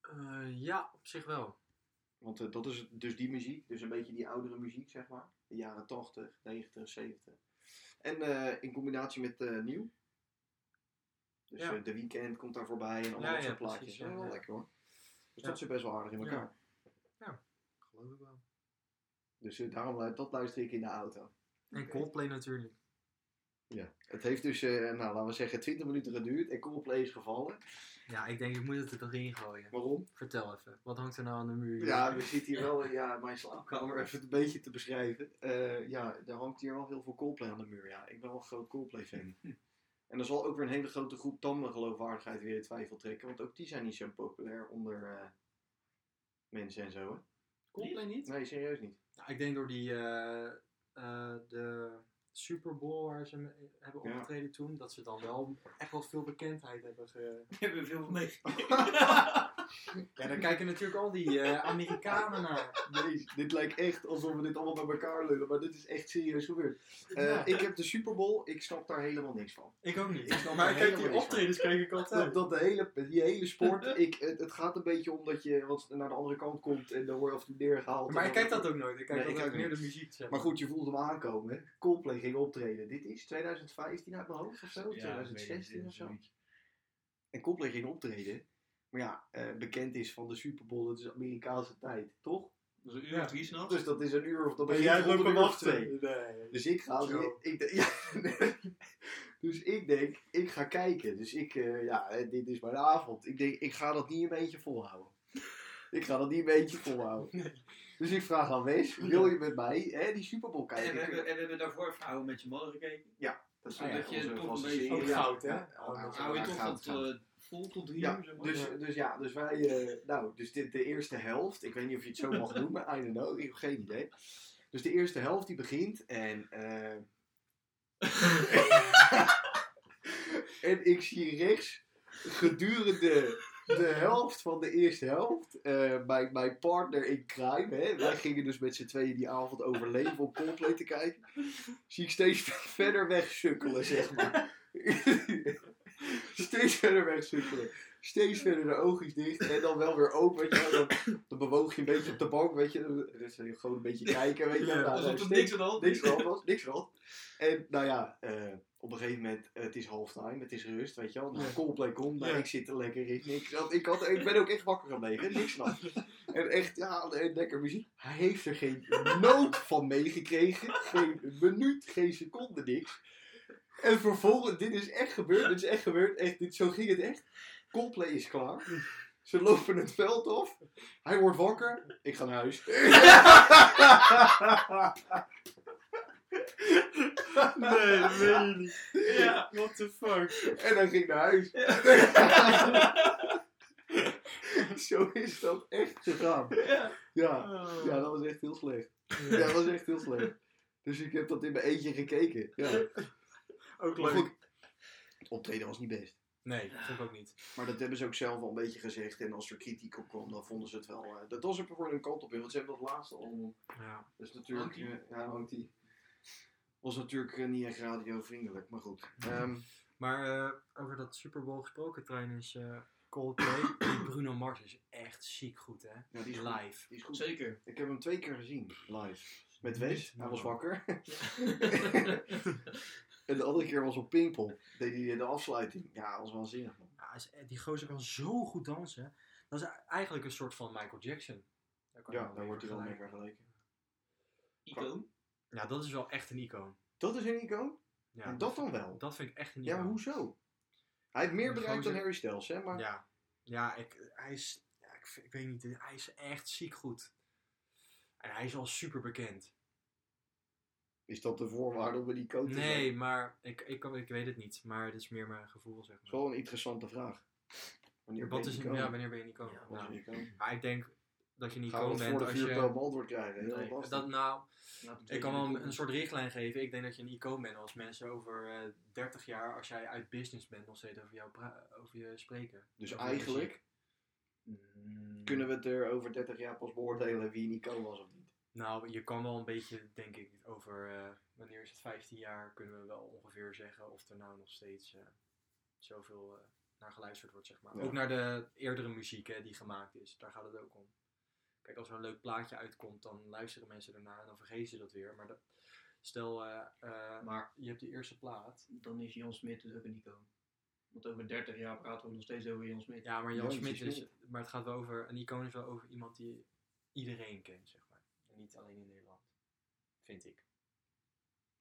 Speaker 1: Eh, ja, op zich wel.
Speaker 2: Want eh, dat is dus die muziek, dus een beetje die oudere muziek, zeg maar. De jaren 80, 90, 70. En eh, in combinatie met eh, nieuw. Dus
Speaker 1: Ja.
Speaker 2: eh, de weekend komt daar voorbij en allemaal
Speaker 1: Ja,
Speaker 2: dat
Speaker 1: ja,
Speaker 2: soort plaatjes.
Speaker 1: precies,
Speaker 2: ja,
Speaker 1: ja,
Speaker 2: wel
Speaker 1: ja.
Speaker 2: lekker hoor. Dus
Speaker 1: Ja.
Speaker 2: dat zit best wel aardig in elkaar.
Speaker 1: Geloof ik wel.
Speaker 2: Dus eh, daarom lu- dat luister ik in de auto.
Speaker 1: En Coldplay natuurlijk.
Speaker 2: Het heeft dus, eh, nou, laten we zeggen, 20 minuten geduurd en Coldplay is gevallen.
Speaker 1: Ja, ik denk ik moet het er toch in gooien.
Speaker 2: Waarom?
Speaker 1: Vertel even, wat hangt er nou aan de muur? hier?
Speaker 2: Ja, we zitten hier wel, ja, mijn slaapkamer even een beetje te beschrijven. Eh, ja, er hangt hier wel heel veel Coldplay aan de muur. Ja, ik ben wel een groot Coldplay-fan. En er zal ook weer een hele grote groep tamme geloofwaardigheid weer in twijfel trekken, want ook die zijn niet zo populair onder eh, mensen en zo. Hè?
Speaker 1: Coldplay niet?
Speaker 2: Nee, serieus niet.
Speaker 1: Nou, ik denk door die eh, eh, de Super Bowl waar ze mee hebben
Speaker 2: Ja.
Speaker 1: opgetreden toen, dat ze dan wel echt wel veel bekendheid hebben ge...
Speaker 3: We hebben veel van meegemaakt.
Speaker 1: Ja, daar kijken natuurlijk al die eh, Amerikanen naar.
Speaker 2: Nee, dit lijkt echt alsof we dit allemaal bij elkaar lullen, maar dit is echt serieus gebeurd. Eh,
Speaker 1: Ja.
Speaker 2: Ik heb de Super Bowl, ik snap daar helemaal niks van.
Speaker 1: Ik ook niet.
Speaker 2: Ik snap
Speaker 1: maar
Speaker 2: er
Speaker 1: ik kijk
Speaker 2: helemaal
Speaker 1: die
Speaker 2: niks
Speaker 1: optredens kijk ik
Speaker 2: Dat,
Speaker 1: altijd.
Speaker 2: dat de hele, die hele sport, ik, het, het gaat een beetje om dat je wat naar de andere kant komt en dan word je af en toe neergehaald.
Speaker 1: Maar ik kijk dat ook nooit. Ik kijk
Speaker 2: Nee, ik
Speaker 1: altijd
Speaker 2: ook
Speaker 1: meer
Speaker 2: niet.
Speaker 1: de muziek. zeg
Speaker 2: Maar goed, je voelde hem aankomen. hè. Coldplay ging optreden. Dit is 2015 uit mijn hoofd of zo, 2016 of zo. En Coldplay ging optreden. Maar ja, eh, bekend is van de Super Bowl, dat is Amerikaanse tijd, toch?
Speaker 3: Dat is een uur
Speaker 1: Ja.
Speaker 3: of drie s'nachts.
Speaker 2: Dus dat is een uur of dan
Speaker 1: Ben
Speaker 2: begint
Speaker 1: jij
Speaker 2: het om
Speaker 1: loopt
Speaker 2: een
Speaker 1: op
Speaker 2: uur of
Speaker 1: wachten?
Speaker 2: twee.
Speaker 1: Nee.
Speaker 2: Dus ik ga.
Speaker 1: Zo.
Speaker 2: Ik, denk- ja, nee. dus ik denk, ik ga kijken. Dus ik, eh, ja, eh, dit is mijn avond. Ik denk, ik ga dat niet een beetje volhouden. Ik ga dat niet een beetje volhouden. Dus ik vraag aan Wes, wil je met mij hè, die Super Bowl
Speaker 3: En we,
Speaker 2: kijken?
Speaker 3: hebben, en we hebben daarvoor even ouwe met je mannen gekeken.
Speaker 2: dat
Speaker 3: Ah ja,
Speaker 2: echt
Speaker 3: onze
Speaker 2: onze
Speaker 3: toch
Speaker 2: vaste
Speaker 3: een beetje-
Speaker 2: serie.
Speaker 1: Ook goud, hè?
Speaker 2: Ja,
Speaker 1: Oh,
Speaker 2: ja,
Speaker 1: dat is
Speaker 3: Hou je
Speaker 2: ja,
Speaker 3: toch
Speaker 2: goud,
Speaker 3: tot
Speaker 2: goud.
Speaker 3: eh, vol tot drie
Speaker 2: Ja,
Speaker 3: uur, zeg maar.
Speaker 2: dus, dus ja, dus wij, eh, nou, dus dit, de eerste helft, ik weet niet of je het zo mag noemen, I don't know, ik heb geen idee. Dus de eerste helft die begint en, eh, en ik zie rechts gedurende de helft van de eerste helft, eh, mijn, mijn partner in crime, hè, wij gingen dus met z'n tweeën die avond overleven om Coldplay te kijken, zie ik steeds verder wegsukkelen, zeg maar. steeds verder wegsukkelen steeds verder de oogjes dicht en dan wel weer open. Weet je, wel. dan, dan bewoog je een beetje op de bank, weet je. Dan- Dus eh, gewoon een beetje kijken, weet je.
Speaker 1: Ja,
Speaker 2: wel. Nou,
Speaker 3: Alsof
Speaker 2: nou,
Speaker 3: er
Speaker 2: steeds-
Speaker 3: niks aan de hand
Speaker 2: niks van was, niks van. En nou ja, eh, op een gegeven moment, eh, het is halftime, het is rust, weet je wel. Nou,
Speaker 1: Ja.
Speaker 2: Coldplay komt, nou,
Speaker 1: Ja.
Speaker 2: ik zit er lekker in. Niks, Want ik, had, ik ben ook echt wakker gebleven, niks van. En echt, ja, en lekker muziek. Hij heeft er geen noot van meegekregen. Geen minuut, geen seconde, niks. En vervolgens, dit is echt gebeurd, dit is echt gebeurd. Echt, dit, zo ging het echt. Coldplay is klaar. Ze lopen het veld af. Hij wordt wakker. Ik ga naar huis.
Speaker 1: Nee, dat weet je niet. Ja, what the fuck.
Speaker 2: En hij ging naar huis. Zo is dat echt gegaan.
Speaker 3: Ja.
Speaker 2: Ja, ja dat was echt heel slecht. Ja, dat was echt heel slecht. Dus ik heb dat in mijn eentje gekeken. Ja.
Speaker 1: Ook
Speaker 2: Maar
Speaker 1: leuk.
Speaker 2: goed, het optreden was niet best.
Speaker 1: Nee, vind ik ook niet.
Speaker 2: Maar dat hebben ze ook zelf al een beetje gezegd. En als er kritiek op kwam, dan vonden ze het wel... eh, dat was er voor een kant op in, want ze hebben dat laatste al...
Speaker 1: Ja.
Speaker 2: Dus natuurlijk...
Speaker 3: Anti.
Speaker 2: eh, ja, anti. Was natuurlijk eh, niet echt radiovriendelijk, maar goed. Ehm,
Speaker 1: Maar eh, over dat Super Bowl gesproken trein is eh, Coldplay. Die Bruno Mars is echt ziek goed, hè?
Speaker 2: ja, die is goed.
Speaker 1: Live.
Speaker 2: Die is goed.
Speaker 3: Zeker.
Speaker 2: Ik heb hem twee keer gezien, live. Met Wees, hij was wakker. en de andere keer was op Pinkpop. Deed hij eh, de afsluiting. Ja, dat was waanzinnig, man.
Speaker 1: Ja, is- eh, die gozer kan zo goed dansen. Dat is eigenlijk een soort van Michael Jackson. Daar kan je
Speaker 2: Ja,
Speaker 1: wel
Speaker 2: daar
Speaker 1: mee
Speaker 2: wordt hij wel mee
Speaker 1: vergelijken.
Speaker 2: vergeleken.
Speaker 3: Icoon.
Speaker 1: Ja, dat is wel echt een icoon.
Speaker 2: Dat is een icoon?
Speaker 1: Ja,
Speaker 2: en dat dan wel?
Speaker 1: dat vind ik echt een
Speaker 2: Ja,
Speaker 1: icoon.
Speaker 2: maar hoezo? Hij heeft meer
Speaker 1: Die
Speaker 2: bereikt dan
Speaker 1: gozer-
Speaker 2: Harry Styles, hè? Maar
Speaker 1: Ja, ja, ik, hij is, ja ik, vind- ik weet niet, hij is echt ziek goed. En hij is al super bekend.
Speaker 2: is dat de voorwaarde om een icoon te zijn?
Speaker 1: Nee, maar ik, ik, kan- ik weet het niet. Maar het is meer mijn gevoel, zeg
Speaker 2: Dat is
Speaker 1: maar.
Speaker 2: wel een interessante vraag. Wanneer
Speaker 1: Wat
Speaker 2: ben
Speaker 1: is
Speaker 2: je
Speaker 1: een- ja,
Speaker 2: icoon?
Speaker 1: wanneer ben je een icoon?
Speaker 3: Ja,
Speaker 1: Nou,
Speaker 2: Wanneer ben je icoon?
Speaker 1: maar ik denk dat je niet
Speaker 2: Gaan we
Speaker 1: icoon
Speaker 2: het voor
Speaker 1: bent
Speaker 2: de
Speaker 1: als je...
Speaker 2: vuurpijl beantwoord krijgen? Heel
Speaker 1: Nee,
Speaker 2: lastig.
Speaker 1: dat, nou,
Speaker 3: Laat het
Speaker 1: ik kan wel
Speaker 3: even-
Speaker 1: een, een soort richtlijn geven. Ik denk dat je een icoon bent als mensen over eh, 30 jaar, als jij uit business bent, nog steeds over jou pra- over je spreken.
Speaker 2: Dus
Speaker 1: Over
Speaker 2: eigenlijk
Speaker 3: Mm.
Speaker 2: kunnen we het er over 30 jaar pas beoordelen wie een icoon was of niet.
Speaker 1: Nou, je kan wel een beetje, denk ik, over eh, wanneer is het 15 jaar, kunnen we wel ongeveer zeggen of er nou nog steeds eh, zoveel eh, naar geluisterd wordt, zeg maar.
Speaker 2: Ja.
Speaker 1: Ook naar de eerdere muziek hè, die gemaakt is, daar gaat het ook om. Kijk, als er een leuk plaatje uitkomt, dan luisteren mensen ernaar en dan vergeten ze dat weer. Maar dat, stel, eh, eh,
Speaker 3: Maar
Speaker 1: je hebt die eerste plaat.
Speaker 3: dan is Jan Smit dus ook een icoon. Want over 30 jaar praten we nog steeds over Jan Smit.
Speaker 1: Ja, maar Jan
Speaker 2: Jantje
Speaker 1: Smit is,
Speaker 2: Smit.
Speaker 1: maar het gaat wel over, een icoon is wel over iemand die iedereen kent, zeg maar. En niet alleen in Nederland, vind ik.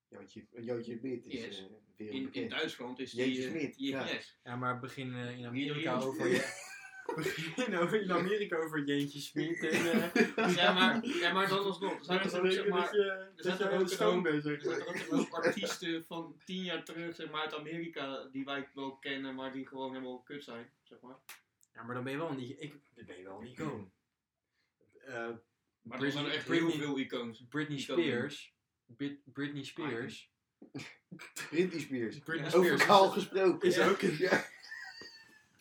Speaker 2: Jootje, Jootje Bit is
Speaker 3: Yes.
Speaker 2: eh,
Speaker 3: In, in
Speaker 2: wereldbekend.
Speaker 3: Duitsland is
Speaker 2: Jezus
Speaker 3: die... eh,
Speaker 2: Smit,
Speaker 3: je-
Speaker 2: ja.
Speaker 3: yes.
Speaker 1: Ja, maar begin eh, in
Speaker 3: Jeroen.
Speaker 1: Amerika over je. begin over in Amerika over Jeentje Smit. En, eh,
Speaker 3: ja, maar, ja, maar dan alsnog. Zijn er ook, zeg maar,
Speaker 1: je,
Speaker 3: dat je
Speaker 1: een
Speaker 3: ook
Speaker 1: stoom
Speaker 3: een-
Speaker 1: bent, zeg
Speaker 3: er zijn
Speaker 1: maar.
Speaker 3: er ook wel artiesten van 10 jaar terug zeg maar, uit Amerika die wij wel kennen, maar die gewoon helemaal kut zijn. Zeg maar.
Speaker 1: Ja, maar dan ben je wel een, i- ik, dan ben je wel een icoon. Eh,
Speaker 3: maar er zijn er echt
Speaker 1: Britney-
Speaker 3: heel veel icoons.
Speaker 1: Britney
Speaker 3: Icoon.
Speaker 1: Spears. Brit- Britney Spears.
Speaker 2: Britney Spears.
Speaker 1: Britney
Speaker 3: Ja.
Speaker 2: Over
Speaker 1: Spears.
Speaker 2: Kaal gesproken.
Speaker 1: is
Speaker 2: Ja.
Speaker 1: ook een-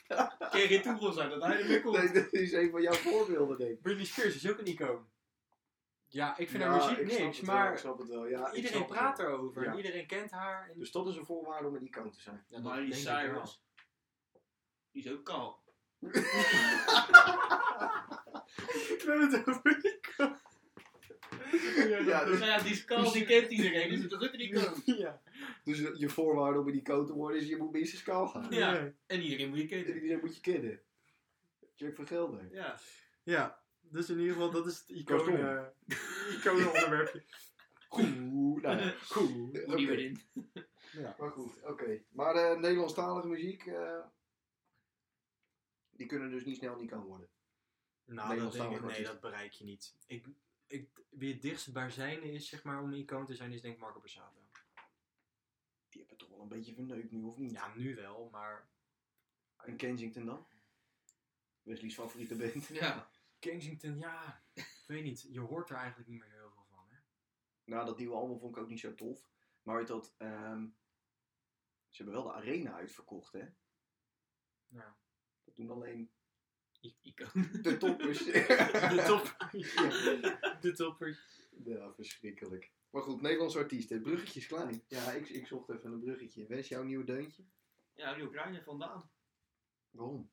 Speaker 2: Ja,
Speaker 3: Kerry Toegel zijn dat hij er komt.
Speaker 2: nee, dat is een van jouw voorbeelden, denk ik.
Speaker 1: Britney Spears is ook een icoon. Ja, ik vind
Speaker 2: Ja,
Speaker 1: haar muziek
Speaker 2: ik snap
Speaker 1: niks,
Speaker 2: het wel, ik
Speaker 1: maar
Speaker 2: snap het wel. Ja, ik snap
Speaker 1: iedereen
Speaker 2: het
Speaker 1: praat
Speaker 2: wel.
Speaker 1: erover.
Speaker 2: Ja.
Speaker 1: en Iedereen kent haar. En,
Speaker 2: Dus dat is een voorwaarde om een icoon te zijn.
Speaker 1: ja, dat
Speaker 3: Miley
Speaker 1: denk ik wel.
Speaker 3: Cyrus. Die is ook kaal.
Speaker 1: Ik ben het over icoon.
Speaker 2: Ja,
Speaker 3: Dus nou ja, die is kaal, die kent iedereen, dus dat is ook een icoon.
Speaker 1: Ja.
Speaker 2: Dus je voorwaarde om een icoon te worden is je moet minstens kaal gaan.
Speaker 3: Ja. En iedereen moet je
Speaker 2: En
Speaker 3: kennen.
Speaker 2: Iedereen moet je kennen. Jack van Gelder.
Speaker 3: Ja.
Speaker 1: Ja, dus in ieder geval, dat is het
Speaker 2: Kortom.
Speaker 1: icone, icone onderwerpje.
Speaker 2: Cool. Nou, ja, cool. Oké,
Speaker 3: Opnieuw erin.
Speaker 2: Maar goed, oké. Maar eh, Nederlandstalige muziek, eh, die kunnen dus niet snel niet kan worden.
Speaker 1: Nou, dat
Speaker 2: Nederlands
Speaker 1: denk ik,
Speaker 2: taalwoord
Speaker 1: nee,
Speaker 2: is-
Speaker 1: dat bereik je niet. Ik, ik, wie het dichtst bij zijn is, zeg maar, om een icoon te zijn, is denk ik Marco Borsato.
Speaker 2: Die hebben toch wel een beetje verneukt nu, of niet?
Speaker 1: Ja, nu wel, maar...
Speaker 2: En Kensington dan? Wesley's favoriete band.
Speaker 3: Ja.
Speaker 1: Kensington, ja, ik weet niet. Je hoort er eigenlijk niet meer heel veel van, hè?
Speaker 2: Nou, dat nieuwe album vond ik ook niet zo tof. Maar weet dat, ehm, ze hebben wel de arena uitverkocht, hè?
Speaker 1: Ja.
Speaker 2: Dat doen alleen
Speaker 3: I- Icoon.
Speaker 2: de toppers.
Speaker 1: De top. De toppers.
Speaker 2: ja, verschrikkelijk. Maar goed, Nederlandse artiesten. Het bruggetje is klein. Ja, ik, ik zocht even een bruggetje. Wens jouw nieuwe deuntje?
Speaker 3: Ja, die Oekraïne vandaan.
Speaker 2: Waarom?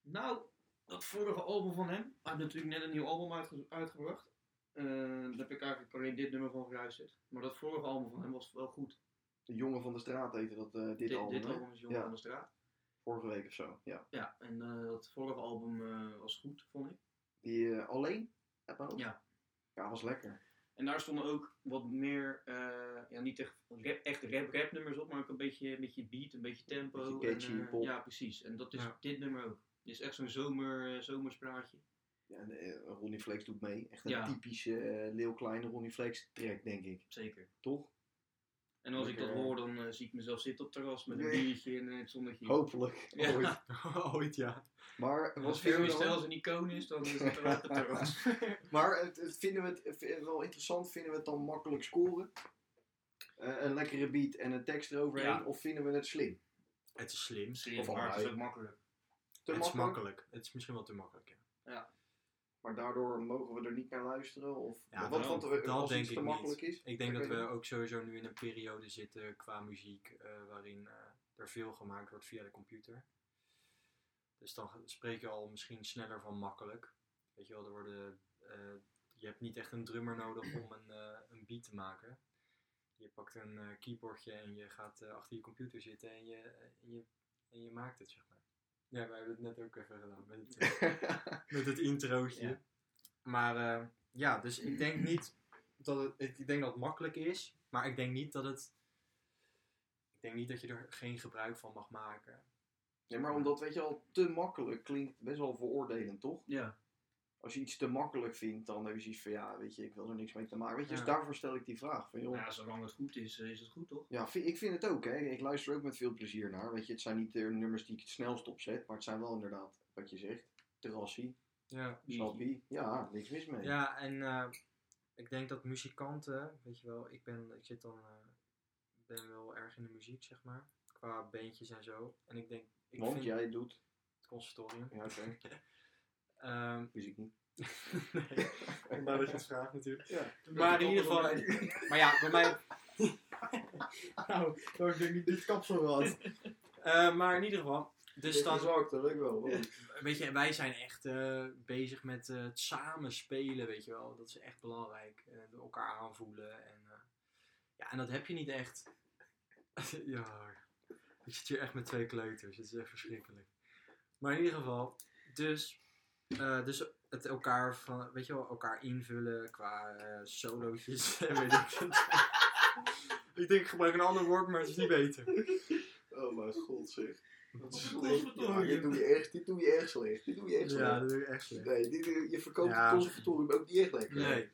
Speaker 3: Nou, dat vorige album van hem. Hij heeft natuurlijk net een nieuw album uitge- uitgebracht. Eh, daar heb ik eigenlijk alleen dit nummer van geluisterd. Maar dat vorige album van hem was wel goed.
Speaker 2: De jongen van de straat heette dat eh, dit, album, hè?
Speaker 3: is Jongen
Speaker 2: Ja.
Speaker 3: van de Straat.
Speaker 2: Vorige week of zo, ja.
Speaker 3: Ja, en eh, dat vorige album eh, was goed, vond ik.
Speaker 2: Die eh, alleen? Heb ook?
Speaker 3: Ja.
Speaker 2: Ja, was lekker.
Speaker 3: En daar stonden ook wat meer, eh, ja, niet echt rap, echt rap, rap nummers op, maar ook een beetje, een beetje beat, een beetje tempo.
Speaker 2: Beetje catchy,
Speaker 3: en, eh,
Speaker 2: pop.
Speaker 3: Ja, precies. En dat is
Speaker 1: Ja.
Speaker 3: dit nummer ook. Dit is echt zo'n zomer, eh, zomerspraatje.
Speaker 2: Ja, en, eh, Ronnie Flex doet mee. Echt een
Speaker 3: Ja.
Speaker 2: typische eh Leeuw Kleine Ronnie Flex track, denk ik.
Speaker 3: Zeker.
Speaker 2: Toch?
Speaker 3: En als ik dat
Speaker 2: Lekker, eh.
Speaker 3: hoor, dan eh, zie ik mezelf zitten op het terras met een
Speaker 2: Nee. Oh,
Speaker 3: biertje en het zonnetje.
Speaker 2: Hopelijk.
Speaker 3: Ja.
Speaker 2: Ooit.
Speaker 1: Ooit, ja.
Speaker 2: Maar,
Speaker 3: En
Speaker 2: wat
Speaker 3: Als Ferry
Speaker 2: vinden we
Speaker 3: Stijl
Speaker 2: dan?
Speaker 3: een icoon is, dan is het er ook op het terras.
Speaker 2: maar het, het vinden we het eh, vinden we wel interessant? Vinden we het dan makkelijk scoren? Eh, een lekkere beat en een tekst eroverheen?
Speaker 3: Ja.
Speaker 2: Of vinden we het slim?
Speaker 1: Het is slim.
Speaker 3: Slim,
Speaker 2: Of
Speaker 3: maar het is
Speaker 2: allebei.
Speaker 3: ook makkelijk.
Speaker 2: Te
Speaker 1: het is
Speaker 2: makkelijk?
Speaker 1: makkelijk. Het is misschien wel te makkelijk, ja.
Speaker 2: Maar daardoor mogen we er niet naar luisteren? Of
Speaker 1: Ja,
Speaker 2: wat
Speaker 1: dat-
Speaker 2: vonden we
Speaker 1: dat
Speaker 2: als
Speaker 1: denk
Speaker 2: iets te
Speaker 1: ik
Speaker 2: makkelijk is?
Speaker 1: Ik denk
Speaker 2: Oké.
Speaker 1: dat we ook sowieso nu in een periode zitten qua muziek eh, waarin eh, er veel gemaakt wordt via de computer. Dus dan ge- spreek je al misschien sneller van makkelijk. Weet je wel, er worden, eh, je hebt niet echt een drummer nodig om een, eh, een beat te maken. Je pakt een eh, keyboardje en je gaat eh, achter je computer zitten en je, eh, en, je, en je maakt het, zeg maar. Ja, wij hebben het net ook even gedaan met het, met het introotje.
Speaker 3: Ja.
Speaker 1: Maar eh, ja, dus ik denk niet dat het, ik ik denk dat het makkelijk is, maar ik denk niet dat het, ik denk niet dat je er geen gebruik van mag maken.
Speaker 2: Ja, maar omdat, weet je al, te makkelijk klinkt best wel veroordelend, toch?
Speaker 3: Ja.
Speaker 2: Als je iets te makkelijk vindt, dan heb je zoiets van ja, weet je, ik wil er niks mee te maken. Weet je,
Speaker 1: Ja.
Speaker 2: dus daarvoor stel ik die vraag. Van, joh,
Speaker 3: Nou ja, zolang het goed is, eh, is het goed toch?
Speaker 2: Ja, vi- ik vind het ook. Hè. Ik luister ook met veel plezier naar. Weet je, het zijn niet de nummers die ik het snelst opzet, maar het zijn wel inderdaad wat je zegt. Terrassie,
Speaker 1: Ja,
Speaker 2: sappie. Ja, niks mis mee.
Speaker 1: ja en eh, ik denk dat muzikanten, weet je wel, ik ben, ik zit dan, eh, ben wel erg in de muziek, zeg maar. Qua beentjes en zo. En ik denk, ik
Speaker 2: Want
Speaker 1: vind
Speaker 2: jij doet.
Speaker 1: het conservatorium.
Speaker 2: Ja, oké.
Speaker 1: Ehm,
Speaker 2: Wist ik niet.
Speaker 1: nee, vandaar dat je het vraagt natuurlijk.
Speaker 2: Ja.
Speaker 1: Maar in ieder geval, maar ja, bij mij
Speaker 2: Nou, dat ik niet dit kapsel had.
Speaker 1: Eh, maar in ieder geval. Dus dan,
Speaker 2: ook, dat weet ik wel.
Speaker 1: weet je, wij zijn echt eh, bezig met eh, het samen spelen, weet je wel. Dat is echt belangrijk. Eh, elkaar aanvoelen. En, eh, ja, en dat heb je niet echt. ja, hoor. ik zit hier echt met twee kleuters. Het is echt verschrikkelijk. Maar in ieder geval, dus, eh, dus het elkaar, van, weet je wel, elkaar invullen qua eh solootjes en weet ik het. ik denk, ik gebruik een ander woord, maar het is niet beter.
Speaker 2: Oh mijn god zeg. Dat
Speaker 3: is slecht. Ja,
Speaker 2: dit,
Speaker 3: dit
Speaker 2: doe
Speaker 3: doe
Speaker 2: je echt, dit doe je echt slecht. Dit doe je echt
Speaker 1: Ja,
Speaker 2: slecht.
Speaker 1: dat doe ik echt slecht.
Speaker 2: Nee, je verkoopt
Speaker 1: Ja.
Speaker 2: het conservatorium ook niet echt lekker.
Speaker 1: Nee.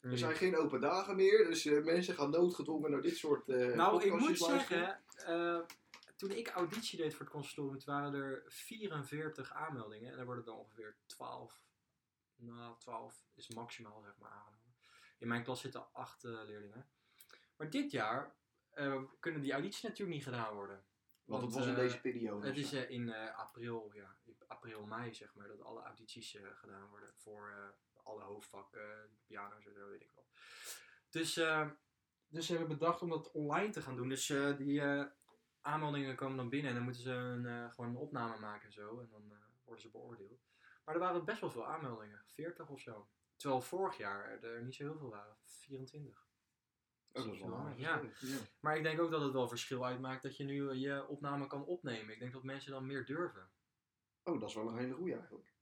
Speaker 2: Er zijn geen open dagen meer, dus eh, mensen gaan noodgedwongen naar dit soort eh
Speaker 1: Nou, ik
Speaker 2: podcastjes
Speaker 1: moet
Speaker 2: luisteren.
Speaker 1: zeggen, eh, toen ik auditie deed voor het conservatorium, toen waren er 44 aanmeldingen. En er worden dan ongeveer 12, nou 12 is maximaal zeg maar aangenomen. In mijn klas zitten acht eh, leerlingen. Maar dit jaar eh, kunnen die audities natuurlijk niet gedaan worden.
Speaker 2: Want het was in
Speaker 1: eh,
Speaker 2: deze periode.
Speaker 1: Het is
Speaker 2: Ja.
Speaker 1: eh, in eh, april, ja, in april, mei zeg maar, dat alle audities eh, gedaan worden voor eh, alle hoofdvakken, piano's en zo, weet ik wel. Dus, eh, dus ze hebben bedacht om dat online te gaan doen. Dus eh, die eh, aanmeldingen komen dan binnen en dan moeten ze een, eh, gewoon een opname maken en zo. En dan eh, worden ze beoordeeld. Maar er waren best wel veel aanmeldingen, 40 of zo. Terwijl vorig jaar er niet zo heel veel waren, 24.
Speaker 2: Oh, dat is wel aardig.
Speaker 1: Ja. Maar ik denk ook dat het wel verschil uitmaakt dat je nu eh, je opname kan opnemen. Ik denk dat mensen dan meer durven. eh,
Speaker 2: Oh, dat is wel een hele goeie eigenlijk.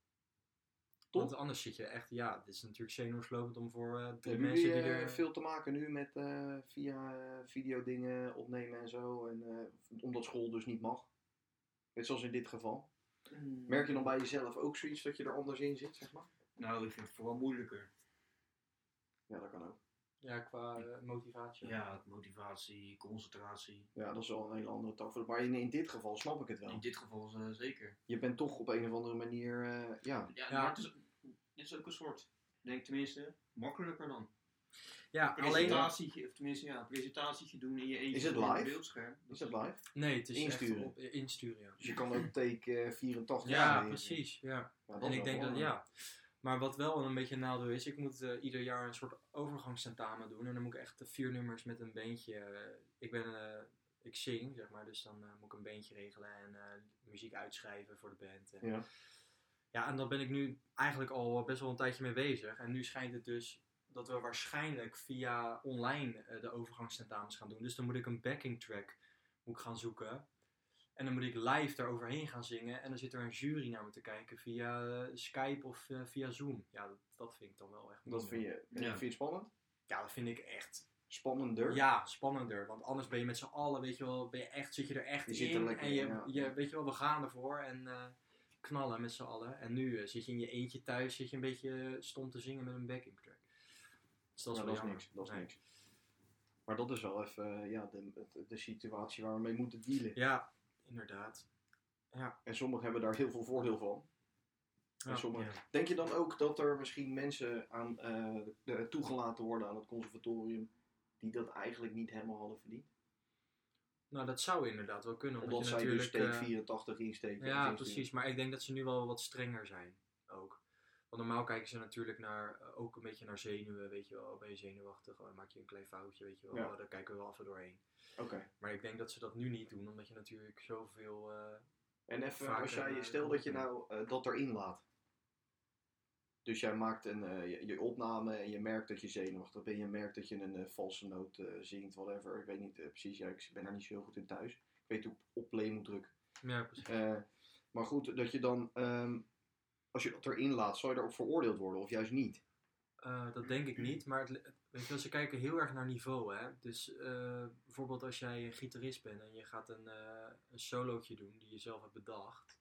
Speaker 2: Top.
Speaker 1: Want anders zit je echt, ja, dit is natuurlijk zenuwslopend om voor eh, drie
Speaker 2: Hebben
Speaker 1: mensen
Speaker 2: jullie
Speaker 1: die
Speaker 2: eh,
Speaker 1: er...
Speaker 2: veel te maken nu met eh, via eh, videodingen opnemen en zo? En, eh, omdat school dus niet mag. Net zoals in dit geval. Merk je dan bij jezelf ook zoiets dat je er anders in zit, zeg maar?
Speaker 3: Nou, ik vind het vooral moeilijker.
Speaker 2: Ja, dat kan ook.
Speaker 1: Ja, qua eh, motivatie.
Speaker 3: Ja, motivatie, concentratie.
Speaker 2: Ja, dat is wel een hele andere tak. van- Maar in, in dit geval snap ik het wel.
Speaker 3: In dit geval eh, zeker.
Speaker 2: Je bent toch op een of andere manier, eh, ja.
Speaker 3: Ja,
Speaker 1: Ja.
Speaker 3: maar het is, het is ook een soort, ik denk tenminste, makkelijker dan.
Speaker 1: Ja, alleen...
Speaker 3: Presentatietje, of tenminste, ja, presentatietje doen in je eentje
Speaker 2: Is het
Speaker 3: op een
Speaker 2: live?
Speaker 3: beeldscherm.
Speaker 2: Is dat live?
Speaker 1: Nee, het is
Speaker 2: Insturen.
Speaker 1: echt op, eh, insturen, ja.
Speaker 2: Dus je kan ook take eh, 84
Speaker 1: Ja,
Speaker 2: mee.
Speaker 1: precies, ja.
Speaker 2: Ja, dat
Speaker 1: En
Speaker 2: is
Speaker 1: ik
Speaker 2: wel
Speaker 1: denk dat,
Speaker 2: belangrijk.
Speaker 1: ja. Maar wat wel een beetje een nadeel is, ik moet eh, ieder jaar een soort overgangstentamen doen. En dan moet ik echt eh, vier nummers met een beentje... eh, ik ben... eh, ik zing, zeg maar, dus dan eh, moet ik een beentje regelen en eh, muziek uitschrijven voor de band. En,
Speaker 2: Ja.
Speaker 1: Ja, en daar ben ik nu eigenlijk al eh, best wel een tijdje mee bezig. En nu schijnt het dus dat we waarschijnlijk via online eh, de overgangstentamens gaan doen. Dus dan moet ik een backing track moet ik gaan zoeken. En dan moet ik live daaroverheen gaan zingen. En dan zit er een jury naar me te kijken via eh, Skype of eh, via Zoom. Ja, dat, dat vind ik dan wel echt
Speaker 2: Dat vind je, en
Speaker 3: Ja.
Speaker 2: vind je het spannend?
Speaker 1: Ja, dat vind ik echt
Speaker 2: Spannender?
Speaker 1: ja, spannender. Want anders ben je met z'n allen, weet je wel, ben je echt, zit je er echt
Speaker 2: Je
Speaker 1: in.
Speaker 2: zit er lekker
Speaker 1: en je,
Speaker 2: in, ja.
Speaker 1: je, weet je wel, we gaan ervoor en eh, knallen met z'n allen. En nu eh, zit je in je eentje thuis, zit je een beetje eh, stom te zingen met een backing track. Dus dat is wel
Speaker 2: Ja, Nou, dat is
Speaker 1: jammer.
Speaker 2: niks. Dat is
Speaker 1: Nee.
Speaker 2: niks. Maar dat is wel even eh, ja, de, de, de situatie waar we mee moeten dealen.
Speaker 1: Ja, inderdaad.
Speaker 2: En sommigen hebben daar heel veel voordeel van.
Speaker 1: Oh, Ja.
Speaker 2: En sommigen... Denk je dan ook dat er misschien mensen aan, eh, de- toegelaten worden aan het conservatorium die dat eigenlijk niet helemaal hadden verdiend?
Speaker 1: Nou, dat zou inderdaad wel kunnen. Omdat,
Speaker 2: Omdat
Speaker 1: je
Speaker 2: zij dus
Speaker 1: natuurlijk...
Speaker 2: steek
Speaker 1: eh,
Speaker 2: 84 insteken.
Speaker 1: Ja,
Speaker 2: en
Speaker 1: precies. Maar ik denk dat ze nu wel wat strenger zijn ook. Want normaal kijken ze natuurlijk naar, eh, ook een beetje naar zenuwen, weet je wel. Ben je zenuwachtig, oh, maak je een klein foutje, weet je wel. Oh,
Speaker 2: Ja.
Speaker 1: Daar kijken we wel even doorheen.
Speaker 2: Oké.
Speaker 1: Maar ik denk dat ze dat nu niet doen, omdat je natuurlijk zoveel... eh,
Speaker 2: En even,
Speaker 1: Vaak,
Speaker 2: als jij,
Speaker 1: eh,
Speaker 2: stel dat je nou eh, dat erin laat. Dus jij maakt een, eh, je, je opname en je merkt dat je zenuwachtig bent. Je merkt dat je een eh, valse noot eh, zingt, whatever. Ik weet niet eh, precies, ja, ik ben daar niet zo heel goed in thuis. Ik weet hoe ik op play moet drukken.
Speaker 1: ja, precies.
Speaker 2: Eh, maar goed, dat je dan, ehm, als je dat erin laat, zal je daarop veroordeeld worden of juist niet.
Speaker 1: Eh, dat denk ik niet, maar het, li- weet je wel, ze kijken heel erg naar niveau, hè. Dus eh, bijvoorbeeld als jij een gitarist bent en je gaat een, eh een solootje doen die je zelf hebt bedacht.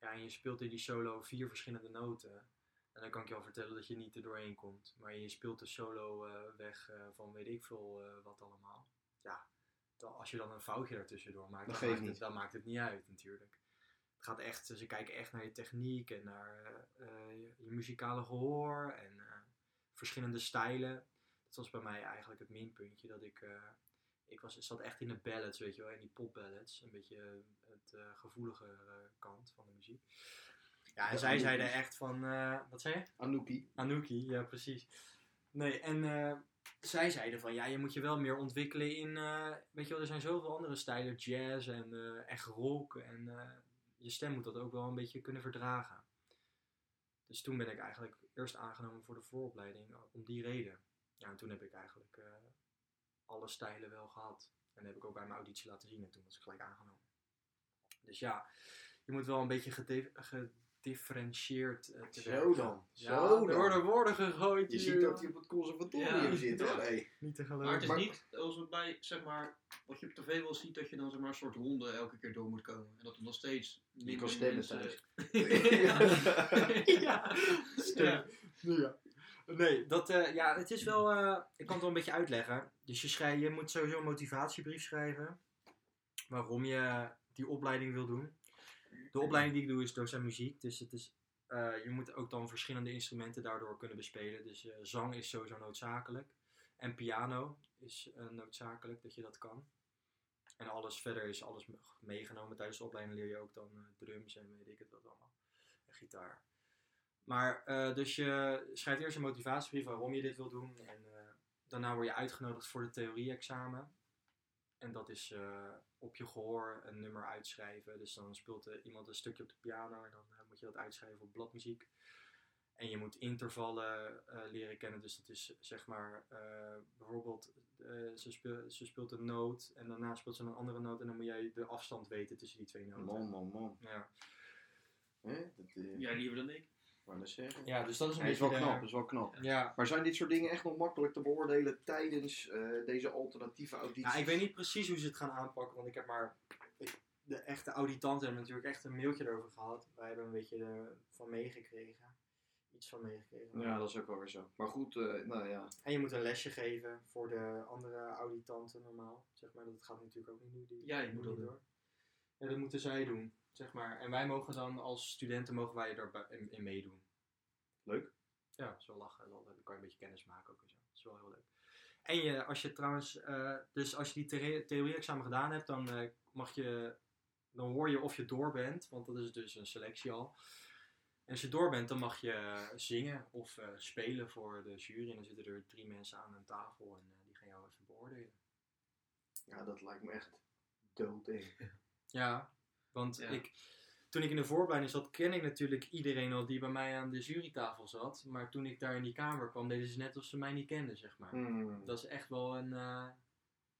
Speaker 1: Ja, en je speelt in die solo vier verschillende noten. En dan kan ik je al vertellen dat je niet er doorheen komt. Maar je speelt de solo eh, weg eh, van weet ik veel eh, wat allemaal. Ja, dan, als je dan een foutje ertussendoor maakt, dan,
Speaker 2: Dat geeft
Speaker 1: maakt
Speaker 2: niet.
Speaker 1: Het, dan maakt het niet uit natuurlijk. Het gaat echt, ze kijken echt naar je techniek en naar eh, eh, je, je muzikale gehoor en eh, verschillende stijlen. Dat was bij mij eigenlijk het minpuntje. Dat ik, eh, ik was, zat echt in de ballads, weet je wel, in die pop ballads. Een beetje eh, het eh, gevoelige eh, kant van de muziek. Ja, en
Speaker 2: Ja,
Speaker 1: zij
Speaker 2: die-
Speaker 1: zeiden echt van, eh, wat zei je?
Speaker 2: Anouki.
Speaker 1: Anouki, ja precies. Nee, en eh, zij zeiden van ja, je moet je wel meer ontwikkelen in. eh, weet je wel, er zijn zoveel andere stijlen, jazz en eh, echt rock. En eh, je stem moet dat ook wel een beetje kunnen verdragen. Dus toen ben ik eigenlijk eerst aangenomen voor de vooropleiding eh, om die reden. Ja, en toen heb ik eigenlijk eh, alle stijlen wel gehad. En heb ik ook bij mijn auditie laten zien en toen was ik gelijk aangenomen. Dus ja, je moet wel een beetje gedif- gedifferentieerd eh, te werk
Speaker 2: Zo
Speaker 1: gaan.
Speaker 2: dan.
Speaker 1: Ja,
Speaker 2: Zo
Speaker 1: er worden
Speaker 2: dan.
Speaker 1: woorden gegooid.
Speaker 2: Je
Speaker 1: hier,
Speaker 2: ziet dat
Speaker 1: joh.
Speaker 2: hij op het conservatorium
Speaker 3: Ja,
Speaker 2: zit.
Speaker 3: ja.
Speaker 2: hoor. Hey.
Speaker 1: niet te
Speaker 3: Maar het
Speaker 1: geloven.
Speaker 3: is
Speaker 2: Maar-
Speaker 3: niet alsof bij, zeg maar, wat je op tv wel ziet, dat je dan zeg maar, een soort ronde elke keer door moet komen. En dat er nog steeds
Speaker 2: Je
Speaker 3: minder
Speaker 2: kan stemmen
Speaker 3: mensen-
Speaker 2: thuis.
Speaker 1: ja.
Speaker 3: Ja.
Speaker 1: Ja. Nee, dat, eh, ja, het is wel. eh, ik kan het wel een beetje uitleggen. Dus je, schrij- je moet sowieso een motivatiebrief schrijven. Waarom je die opleiding wil doen. De opleiding die ik doe is docent muziek. Dus het is, eh, je moet ook dan verschillende instrumenten daardoor kunnen bespelen. Dus eh, zang is sowieso noodzakelijk. En piano is eh, noodzakelijk dat je dat kan. En alles verder is alles me- meegenomen. Tijdens de opleiding leer je ook dan eh, drums en weet ik het wat allemaal. En gitaar. Maar eh, dus je schrijft eerst een motivatiebrief waarom je dit wil doen. En eh, daarna word je uitgenodigd voor de theorie-examen. En dat is eh, op je gehoor een nummer uitschrijven. Dus dan speelt eh, iemand een stukje op de piano en dan eh, moet je dat uitschrijven op bladmuziek. En je moet intervallen eh, leren kennen. Dus dat is zeg maar eh, bijvoorbeeld, eh, ze, speel- ze speelt een noot en daarna speelt ze een andere noot. En dan moet jij de afstand weten tussen die twee noten.
Speaker 2: Man, man, man.
Speaker 1: Ja.
Speaker 2: Hè? Dat, eh,
Speaker 3: Ja, liever dan ik.
Speaker 2: wou net zeggen.
Speaker 1: ja, dus dat is een
Speaker 2: Hij is
Speaker 1: beetje
Speaker 2: wel
Speaker 1: de-
Speaker 2: knap, is wel knap.
Speaker 1: Ja,
Speaker 2: Maar zijn dit soort dingen echt nog makkelijk te beoordelen tijdens eh, deze alternatieve auditie?
Speaker 1: Ja, Nou, ik weet niet precies hoe ze het gaan aanpakken, want ik heb maar. ik- de echte auditanten hebben natuurlijk echt een mailtje erover gehad. Wij hebben een beetje eh, van meegekregen. Iets van meegekregen.
Speaker 2: Ja, dat is ook wel weer zo. Maar goed, eh, nou ja.
Speaker 1: En je moet een lesje geven voor de andere auditanten normaal. Zeg maar, dat gaat natuurlijk ook niet nu. Die
Speaker 3: Ja, je moet dat
Speaker 1: niet door. Ja, dat moeten zij doen. Zeg maar. En wij mogen dan als studenten mogen wij daar in, in meedoen.
Speaker 2: Leuk.
Speaker 1: Ja, dat is wel lachen. Dan kan je een beetje kennis maken ook en zo. Dat is wel heel leuk. En je, als je trouwens, eh, dus als je die thera- theorie-examen gedaan hebt, dan eh, mag je, dan hoor je of je door bent, want dat is dus een selectie al. En als je door bent, dan mag je zingen of eh, spelen voor de jury. En dan zitten er drie mensen aan een tafel en eh, die gaan jou even beoordelen.
Speaker 2: Ja, dat lijkt me echt doodeng.
Speaker 1: Ja, want
Speaker 3: Ja.
Speaker 1: Ik, toen ik in de vooropleiding zat, ken ik natuurlijk iedereen al die bij mij aan de jurytafel zat. Maar toen ik daar in die kamer kwam, deden ze net of ze mij niet kenden, zeg maar.
Speaker 2: Hmm.
Speaker 1: Dat is echt wel een. eh,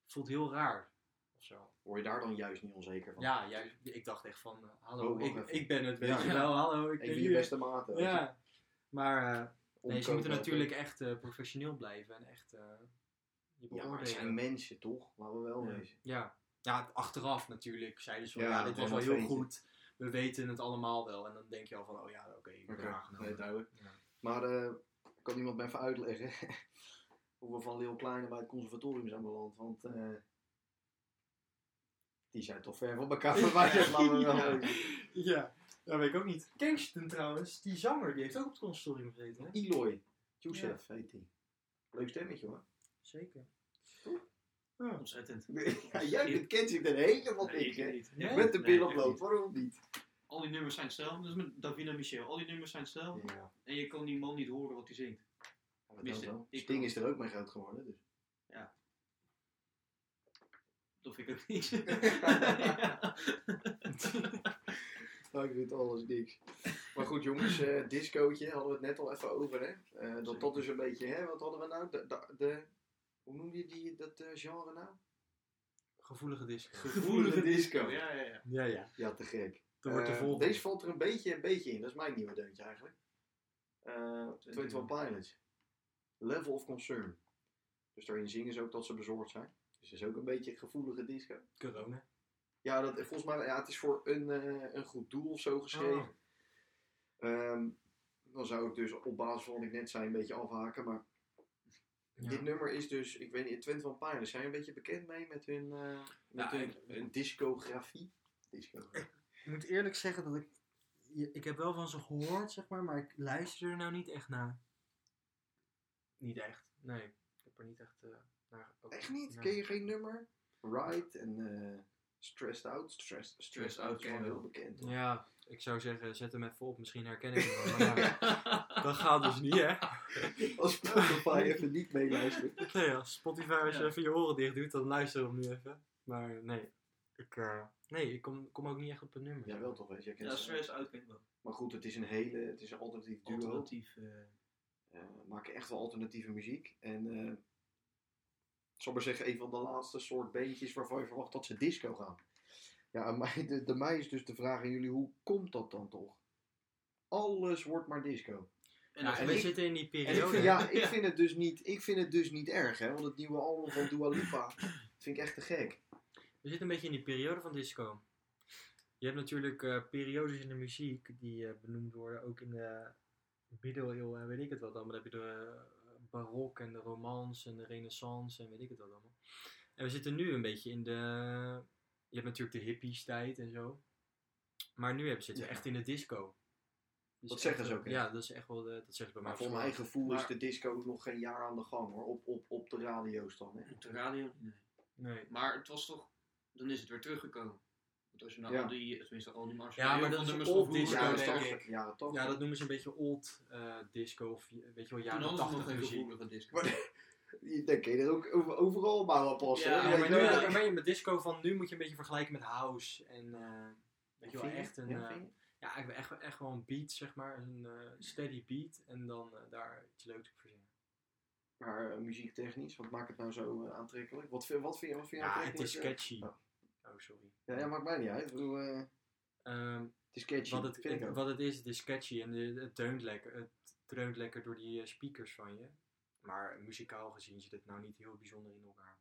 Speaker 1: voelt heel raar. Of zo.
Speaker 2: Word je daar dan juist niet onzeker van?
Speaker 1: Ja, juist, ik dacht echt van. eh, hallo,
Speaker 2: Oh, wacht
Speaker 1: ik,
Speaker 2: even.
Speaker 1: ik ben het, weet
Speaker 2: Ja.
Speaker 1: je wel. Hallo, ik
Speaker 2: Ik
Speaker 1: ben
Speaker 2: ben
Speaker 1: hier.
Speaker 2: je beste maat. weet je.
Speaker 1: Ja, maar. eh, nee, ze
Speaker 2: Omkopen.
Speaker 1: moeten natuurlijk echt eh, professioneel blijven en echt. eh, je
Speaker 2: Ja, maar het
Speaker 1: beoordelen.
Speaker 2: zijn mensen toch? Laten we wel
Speaker 3: Ja.
Speaker 2: wezen.
Speaker 1: Ja. ja, achteraf natuurlijk zeiden ze van
Speaker 2: Ja,
Speaker 1: ja,
Speaker 2: dat
Speaker 1: dit
Speaker 2: was
Speaker 1: was wel
Speaker 2: een
Speaker 1: heel
Speaker 2: feestje.
Speaker 1: goed. We weten het allemaal wel. En dan denk je al van, oh ja, oké, ik ben
Speaker 2: Oké,
Speaker 1: aangenomen.
Speaker 2: nee, duidelijk.
Speaker 1: Ja.
Speaker 2: Maar eh, kan iemand me even uitleggen hoe we van Leeuw Kleine bij het conservatorium zijn beland? Want eh, die zijn toch ver van elkaar verwijderd, laten we wel
Speaker 1: Ja.
Speaker 2: wezen.
Speaker 1: ja, dat weet ik ook niet. Kingston trouwens, die zanger, die heeft ook op het consortium gezeten, hè?
Speaker 2: Eloy, Joseph heet die. Leuk stemmetje hoor.
Speaker 1: Zeker.
Speaker 3: Oh, Ontzettend.
Speaker 2: Ja, jij bent kent zich er helemaal
Speaker 3: Nee,
Speaker 2: niks,
Speaker 3: ik
Speaker 2: hè?
Speaker 3: niet.
Speaker 1: Ja?
Speaker 2: Met de
Speaker 3: Nee,
Speaker 2: billen op
Speaker 3: ik
Speaker 2: bloot,
Speaker 3: niet.
Speaker 2: waarom niet?
Speaker 3: Al die nummers zijn hetzelfde. Dat is met Davina Michel. Al die nummers zijn hetzelfde.
Speaker 2: Ja,
Speaker 3: En je kan die man niet horen wat hij zingt.
Speaker 2: dat
Speaker 3: Mister,
Speaker 2: wel.
Speaker 3: ik
Speaker 2: Sting
Speaker 3: kan-
Speaker 2: is er ook mee groot geworden, dus.
Speaker 3: Dat vind ik ook niet. Ja.
Speaker 2: Nou, ik vind alles niks. Maar goed, jongens, eh discootje hadden we het net al even over, hè? Eh, dat dat dus een beetje, hè? Wat hadden we nou? De, de, de- hoe noem je die, dat eh, genre nou?
Speaker 1: Gevoelige disco.
Speaker 2: Gevoelige disco.
Speaker 3: Ja, ja, ja.
Speaker 1: Ja, ja.
Speaker 2: Ja, te gek.
Speaker 1: Dat wordt de
Speaker 2: Eh,
Speaker 1: volgende.
Speaker 2: Deze valt er een beetje, een beetje in. Dat is mijn nieuwe deuntje eigenlijk. Eh 21 Pilots. Level of Concern. Dus daarin zingen ze ook dat ze bezorgd zijn. Dus dat is ook een beetje gevoelige disco.
Speaker 1: Corona.
Speaker 2: Ja, dat, Ah. volgens mij ja, het is voor een, eh, een goed doel of zo geschreven.
Speaker 1: Oh.
Speaker 2: Ehm, dan zou ik dus op basis van wat ik net zei een beetje afhaken. Maar
Speaker 1: Ja.
Speaker 2: dit nummer is dus, ik weet niet, Twente van Paarden. Zijn je een beetje bekend mee met hun, eh,
Speaker 1: Ja,
Speaker 2: met hun,
Speaker 1: ik-
Speaker 2: hun discografie? Discografie.
Speaker 1: Ik moet eerlijk zeggen dat ik... je- Ik heb wel van ze gehoord, zeg maar, maar ik luister er nou niet echt naar. Niet echt, nee. Ik heb er niet echt eh, naar... ook-
Speaker 2: Echt niet?
Speaker 1: Nee.
Speaker 2: Ken je geen nummer? Right en eh, Stressed Out. Stressed, stressed Out is
Speaker 3: Ken
Speaker 2: gewoon
Speaker 3: je
Speaker 2: heel
Speaker 3: wel.
Speaker 2: bekend. hoor.
Speaker 1: Ja, ik zou zeggen, zet hem even op. Misschien herken ik hem wel. Maar ja, dat gaat dus niet, hè?
Speaker 2: Als Spotify even niet meeluistert.
Speaker 1: Nee, als Spotify als je
Speaker 3: Ja.
Speaker 1: even je oren dicht doet, dan luister hem nu even. Maar nee, ik, eh, nee, ik kom, kom ook niet echt op een nummer.
Speaker 2: Ja, wel toch, weet je. jij kent
Speaker 3: ja,
Speaker 2: ze.
Speaker 3: stress uit ken ik wel.
Speaker 2: Maar goed, het is een hele, het is een alternatief duo.
Speaker 3: Alternatief. eh,
Speaker 2: eh maken echt wel alternatieve muziek. En eh, ik zal maar zeggen, een van de laatste soort bandjes waarvan je verwacht dat ze disco gaan. Ja, aan mij, de, de mij is dus de vraag aan jullie, hoe komt dat dan toch? Alles wordt maar disco.
Speaker 3: en
Speaker 1: Ja,
Speaker 3: dan
Speaker 1: en
Speaker 2: ik-
Speaker 1: we zitten in die
Speaker 2: En ik
Speaker 1: periode.
Speaker 2: vind, ja, ik
Speaker 3: Ja.
Speaker 2: vind, het dus niet, ik vind het dus niet erg, hè. Want het nieuwe album van Dua Lipa, dat vind ik echt te gek.
Speaker 1: We zitten een beetje in die periode van disco. Je hebt natuurlijk eh, periodes in de muziek die eh, benoemd worden, ook in de middeleeuwen en weet ik het wat allemaal. Dan heb je de eh, barok en de romance en de renaissance en weet ik het wat allemaal. En we zitten nu een beetje in de... Je hebt natuurlijk de hippies tijd en zo. Maar nu hebben- zitten we
Speaker 2: Ja.
Speaker 1: echt in de disco. Dus
Speaker 2: Dat
Speaker 1: echt
Speaker 2: zeggen ze
Speaker 1: wel-
Speaker 2: ook, hè?
Speaker 1: Ja, dat is echt wel... De, dat zeggen ze bij
Speaker 2: Maar
Speaker 1: mij.
Speaker 2: voor
Speaker 1: vooral.
Speaker 2: mijn gevoel is
Speaker 3: Maar-
Speaker 2: de disco nog geen jaar aan de gang, hoor. Op, op, op de radio's dan, hè.
Speaker 3: op de radio? Nee.
Speaker 1: Nee.
Speaker 3: Maar het was toch, dan is het weer teruggekomen. Want als je nou
Speaker 2: Ja.
Speaker 3: al die, tenminste al die mars.
Speaker 1: Ja, maar dat is old disco,
Speaker 2: Ja,
Speaker 1: denk
Speaker 2: dat-
Speaker 1: ik.
Speaker 2: ja, dat-
Speaker 1: Ja, dat noemen ze een beetje old eh, disco of weet je wel,
Speaker 3: Toen
Speaker 1: jaren
Speaker 3: hadden ze nog
Speaker 1: 80
Speaker 3: geen
Speaker 1: muziek.
Speaker 3: gevoelige disco.
Speaker 2: Maar- Je- Dan kun je dat ook over- overal maar wel passen.
Speaker 3: Ja,
Speaker 2: hoor.
Speaker 1: Ja,
Speaker 2: Weet
Speaker 1: maar
Speaker 2: je
Speaker 1: nu,
Speaker 2: wel,
Speaker 3: ja.
Speaker 1: ja, maar met disco van nu moet je een beetje vergelijken met house. En eh, weet je wel, echt een...
Speaker 2: Ja,
Speaker 1: eh,
Speaker 2: vind je?
Speaker 1: ja, ik ben echt, echt wel een beat, zeg maar. Een eh, steady beat. En dan eh, daar iets leuks op verzinnen.
Speaker 2: Maar eh, muziektechnisch, wat maakt het nou zo eh, aantrekkelijk? Wat, vind- wat vind je wat vind je
Speaker 1: Ja, het
Speaker 2: aantrekkelijk?
Speaker 1: is catchy.
Speaker 2: Oh.
Speaker 1: Oh, sorry.
Speaker 2: Ja, ja, maakt mij niet uit. Ik bedoel, eh,
Speaker 1: Ehm,
Speaker 2: het is catchy.
Speaker 1: wat, het,
Speaker 2: vind ik ook.
Speaker 1: wat het is, het is catchy. En de- het dreunt lekker. Het dreunt lekker door die eh, speakers van je. Maar muzikaal gezien zit het nou niet heel bijzonder in elkaar.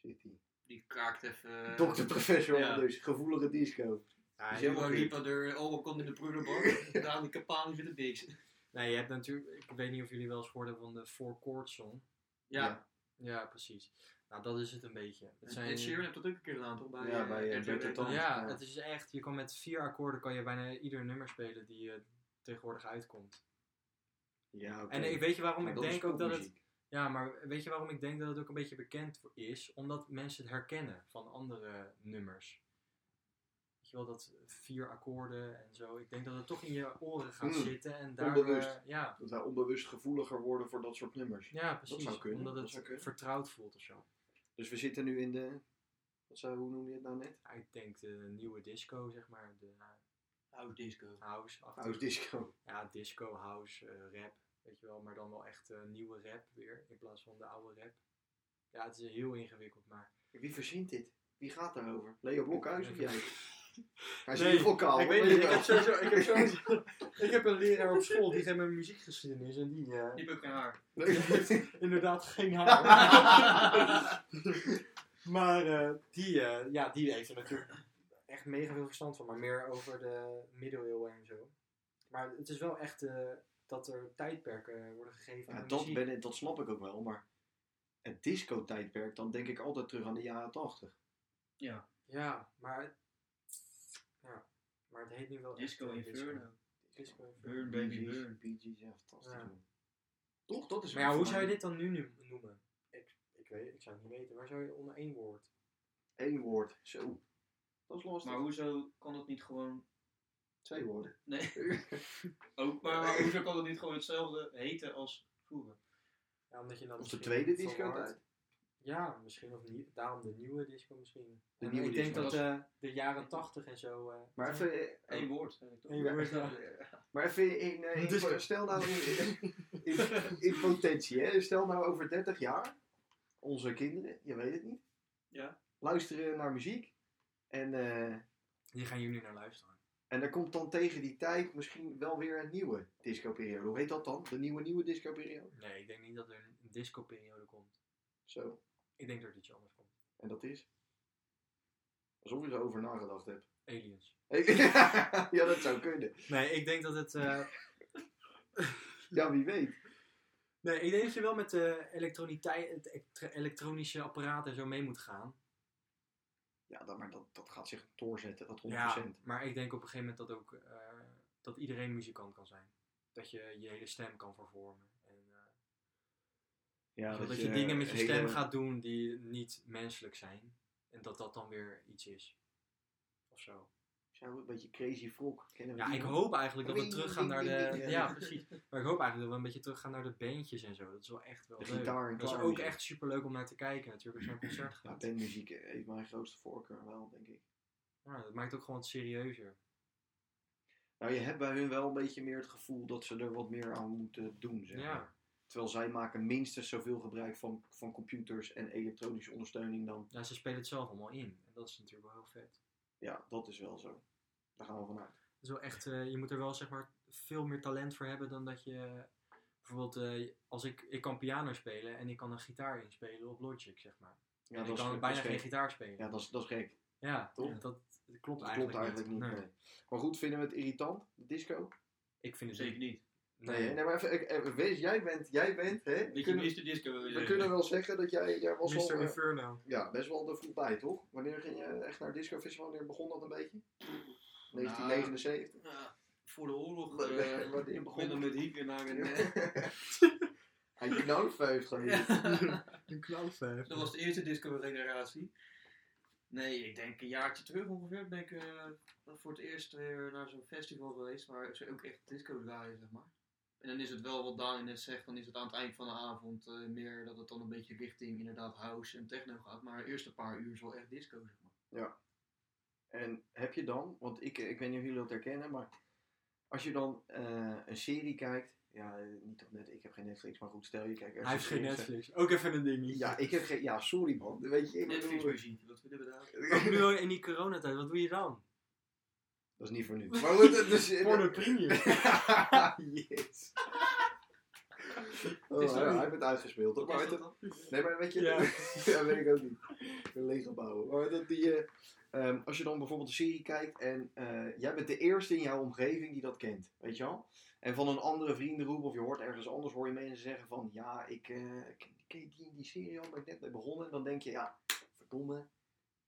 Speaker 2: Zit ie.
Speaker 3: Die kraakt even. eh,
Speaker 2: Dr. Professional
Speaker 3: ja.
Speaker 2: dus, gevoelige disco.
Speaker 1: Ja,
Speaker 2: Dus
Speaker 1: je-
Speaker 2: helemaal
Speaker 3: Dua
Speaker 2: goed.
Speaker 3: Lipa er, oh, komt in de prullenbak. Daan de Capani zit er niks.
Speaker 1: Nee, je hebt natuurlijk... Ik weet niet of jullie wel eens gehoord hebben van de Four Chords song.
Speaker 3: Ja,
Speaker 1: Ja, precies. Nou, dat is het een beetje. Het
Speaker 3: en Sheeran heeft dat ook een keer gedaan, toch? Bij,
Speaker 2: Ja,
Speaker 3: eh,
Speaker 2: bij, eh,
Speaker 3: Ed
Speaker 2: Dirty
Speaker 3: Red
Speaker 2: Tom.
Speaker 3: Red.
Speaker 1: Ja,
Speaker 2: Ja.
Speaker 1: het is echt. Je kan met vier akkoorden kan je bijna ieder nummer spelen die eh, tegenwoordig uitkomt.
Speaker 2: Ja, oké.
Speaker 1: En eh, weet je waarom
Speaker 2: Maar
Speaker 1: ik
Speaker 2: dat is
Speaker 1: denk ook dat het.
Speaker 2: popmuziek.
Speaker 1: Ja, maar weet je waarom ik denk dat het ook een beetje bekend is? Omdat mensen het herkennen van andere nummers. Weet je wel, dat vier akkoorden en zo. Ik denk dat het toch in je oren gaat
Speaker 2: Hmm,
Speaker 1: zitten en daar.
Speaker 2: onbewust.
Speaker 1: eh, ja,
Speaker 2: Dat wij onbewust gevoeliger worden voor dat soort nummers.
Speaker 1: ja, precies.
Speaker 2: zou kunnen,
Speaker 1: Omdat
Speaker 2: dat
Speaker 1: het
Speaker 2: zou kunnen.
Speaker 1: vertrouwd voelt of zo.
Speaker 2: Dus we zitten nu in de... Wat zou, hoe noem je het nou net?
Speaker 1: Ja, ik denk de nieuwe disco, zeg maar. De eh,
Speaker 3: Oud disco.
Speaker 1: house.
Speaker 2: House disco.
Speaker 1: ja, disco, house, eh, rap, weet je wel, maar dan wel echt eh, nieuwe rap weer in plaats van de oude rap. Ja, het is heel ingewikkeld, maar.
Speaker 2: Wie verzint dit? Wie gaat daarover? Leo Blokhuis of jij? Hij zit
Speaker 1: Nee,
Speaker 2: in het lokaal.
Speaker 1: ik
Speaker 2: Oh, hoor,
Speaker 1: weet niet, ik
Speaker 2: wel.
Speaker 1: heb sowieso, ik heb sowieso, ik heb een leraar op school die geeft me muziekgeschiedenis en die eh,
Speaker 3: Die heb ook geen haar.
Speaker 1: heeft inderdaad geen haar. maar eh, die, eh, ja, die heeft er natuurlijk echt mega veel verstand van, maar meer over de middeleeuwen en zo. Maar het is wel echt eh, dat er tijdperken worden gegeven
Speaker 2: Ja,
Speaker 1: aan
Speaker 2: dat,
Speaker 1: muziek.
Speaker 2: ben, ik- dat snap ik ook wel, maar het disco-tijdperk, dan denk ik altijd terug aan de jaren 80.
Speaker 1: Ja, maar. Ja, maar het heet nu wel.
Speaker 3: Disco
Speaker 1: echt, eh,
Speaker 3: Inferno.
Speaker 1: Disco Inferno.
Speaker 3: Burn
Speaker 2: Bee
Speaker 3: Baby
Speaker 2: Gees,
Speaker 3: Burn.
Speaker 2: Bee Gees, ja, fantastisch.
Speaker 1: Ja.
Speaker 2: man. Toch? Dat is
Speaker 1: Maar ja,
Speaker 2: wel
Speaker 1: hoe
Speaker 2: voor
Speaker 1: zou je
Speaker 2: mij
Speaker 1: dit dan nu nu- noemen? Ik, ik, weet, ik zou het niet weten. Waar zou je onder één woord?
Speaker 2: één woord. Zo. Dat is lastig.
Speaker 3: Maar hoezo kan dat niet gewoon.
Speaker 2: Twee woorden.
Speaker 3: Nee. ook, maar, maar hoezo kan dat niet gewoon hetzelfde heten als vroeger?
Speaker 1: Ja, omdat je dan
Speaker 2: Of de
Speaker 1: misschien
Speaker 2: tweede
Speaker 1: verward-
Speaker 2: disco-tijd.
Speaker 1: Ja, misschien. Of nie- daarom de nieuwe disco misschien.
Speaker 2: De
Speaker 1: En
Speaker 2: nieuwe
Speaker 1: ik denk
Speaker 2: disco.
Speaker 1: dat eh, de jaren tachtig en zo. eh,
Speaker 2: Maar even, eh,
Speaker 3: Oh. Eén woord, zeg ik toch?
Speaker 1: Eén woord, ja.
Speaker 2: maar even in, eh, in-
Speaker 1: Disco.
Speaker 2: stel nou in, in, in potentie, hè. stel nou over 30 jaar, onze kinderen, je weet het niet,
Speaker 3: Ja.
Speaker 2: luisteren naar muziek en... eh,
Speaker 1: die gaan jullie naar luisteren.
Speaker 2: En daar komt dan tegen die tijd misschien wel weer een nieuwe discoperiode. Hoe heet dat dan? De nieuwe, nieuwe discoperiode?
Speaker 1: Nee, ik denk niet dat er een disco-periode komt.
Speaker 2: Zo.
Speaker 1: Ik denk dat er iets anders komt.
Speaker 2: En dat is? Alsof je erover nagedacht hebt.
Speaker 1: Aliens.
Speaker 2: ja, dat zou kunnen.
Speaker 1: Nee, ik denk dat het. eh,
Speaker 2: Ja, wie weet.
Speaker 1: nee, ik denk dat je wel met de elektronitai- het elektro- elektronische apparaat en zo mee moet gaan.
Speaker 2: Ja, dat, maar dat, dat gaat zich doorzetten, dat 100%.
Speaker 1: Ja, maar ik denk op een gegeven moment dat ook eh, dat iedereen muzikant kan zijn. Dat je je hele stem kan vervormen. En, eh,
Speaker 2: Ja,
Speaker 1: dat, je, dingen met je
Speaker 2: hele-
Speaker 1: stem gaat doen die niet menselijk zijn. En dat dat dan weer iets is. Of zo.
Speaker 2: Zou een beetje crazy frog. Kennen we
Speaker 1: Ja,
Speaker 2: die
Speaker 1: ik
Speaker 2: nog?
Speaker 1: hoop eigenlijk dat we
Speaker 2: Wing,
Speaker 1: teruggaan
Speaker 2: wing,
Speaker 1: naar
Speaker 2: wing,
Speaker 1: de... Ja,
Speaker 2: wing, ja.
Speaker 1: precies. Maar ik hoop eigenlijk dat we een beetje teruggaan naar de bandjes en zo. Dat is wel echt wel
Speaker 2: De
Speaker 1: leuk.
Speaker 2: gitaar en
Speaker 1: Dat is ook
Speaker 2: klaarmuziek.
Speaker 1: echt super leuk om naar te kijken natuurlijk. Als je naar een concert
Speaker 2: Ja,
Speaker 1: gaat.
Speaker 2: bandmuziek heeft mijn grootste voorkeur wel, denk ik.
Speaker 1: Ja, dat maakt ook gewoon wat serieuzer.
Speaker 2: Nou, je hebt bij hun wel een beetje meer het gevoel dat ze er wat meer aan moeten doen, zeg maar.
Speaker 1: Ja.
Speaker 2: Terwijl zij maken minstens zoveel gebruik van, van computers en elektronische ondersteuning dan.
Speaker 1: ja, ze spelen het zelf allemaal in. En dat is natuurlijk wel heel vet.
Speaker 2: Ja, dat is wel zo. Daar gaan we vanuit.
Speaker 1: Dat is wel echt, eh, je moet er wel zeg maar veel meer talent voor hebben dan dat je bijvoorbeeld, eh, als ik, ik kan piano spelen en ik kan een gitaar inspelen op Logic, zeg maar.
Speaker 2: Ja,
Speaker 1: en ik kan
Speaker 2: gek,
Speaker 1: bijna
Speaker 2: gek.
Speaker 1: geen gitaar spelen.
Speaker 2: Ja,
Speaker 1: Ja,
Speaker 2: dat is, dat is gek. Toch?
Speaker 1: dat, dat klopt
Speaker 2: Dat
Speaker 1: eigenlijk
Speaker 2: klopt eigenlijk niet.
Speaker 1: niet.
Speaker 2: nee. Maar goed, vinden we het irritant, de disco?
Speaker 1: Ik vind het
Speaker 3: Zeker niet.
Speaker 2: Nee, nee, maar even, ik- eh, wees, jij bent, jij bent, hè?
Speaker 3: Weet je,
Speaker 2: Kunnen-
Speaker 3: Mr. Disco wil je
Speaker 2: we
Speaker 3: zeggen.
Speaker 2: kunnen wel zeggen dat jij, jij was wel,
Speaker 1: Mr.
Speaker 2: eh,
Speaker 1: Inferno.
Speaker 2: ja, best wel de vroeg bij, toch? Wanneer ging je echt naar Disco Festival? Wanneer begon dat een beetje?
Speaker 1: Nou.
Speaker 2: 1979?
Speaker 3: Ja, voor de oorlog
Speaker 2: Leuk,
Speaker 3: eh,
Speaker 2: hè, waar die in begon.
Speaker 3: begon dan met hieken naar een... eh,
Speaker 2: Hij nou knoopt heeft gewoon niet.
Speaker 1: Een knalfijf.
Speaker 3: dat was de eerste disco-generatie. Nee, ik denk een jaartje terug ongeveer ben ik eh, voor het eerst weer naar zo'n festival geweest waar ze ook echt disco draaien, zeg maar. En dan is het wel wat Dani net zegt, dan is het aan het eind van de avond eh, meer dat het dan een beetje richting inderdaad house en techno gaat. Maar de eerste paar uur is wel echt disco, zeg maar.
Speaker 2: En heb je dan, want ik, ik weet niet of jullie dat herkennen, maar als je dan eh, een serie kijkt, ja, eh, niet op net, ik heb geen Netflix, maar goed, stel je kijkt ergens
Speaker 1: Hij heeft
Speaker 2: een
Speaker 1: geen
Speaker 2: serie,
Speaker 1: Netflix. Ook even een dingetje.
Speaker 2: Ja, ik heb geen, ja, sorry man, weet je, ik
Speaker 3: Netflix
Speaker 2: bedoel...
Speaker 3: muziek, wat willen we daar?
Speaker 1: Ook nu al in die coronatijd, wat doe je dan?
Speaker 2: Dat is niet voor nu. Maar goed, het is...
Speaker 1: Voor de premium.
Speaker 2: yes. Oh,
Speaker 3: Is dat
Speaker 2: ja,
Speaker 3: niet?
Speaker 2: hij heeft het uitgespeeld. hoor.
Speaker 3: Wat
Speaker 2: Maar
Speaker 3: is
Speaker 2: het-
Speaker 3: dat dan?
Speaker 2: nee, maar weet je...
Speaker 1: Ja.
Speaker 2: Ja. weet ik ook niet. Een leeg bouwen. Maar dat die, eh, ehm, als je dan bijvoorbeeld een serie kijkt en eh, jij bent de eerste in jouw omgeving die dat kent. Weet je wel? En van een andere vriendengroep of je hoort ergens anders, hoor je mensen zeggen van... Ja, ik eh, ken, ken je die, die serie al, ben ik net mee begonnen. En dan denk je, ja, verdomme,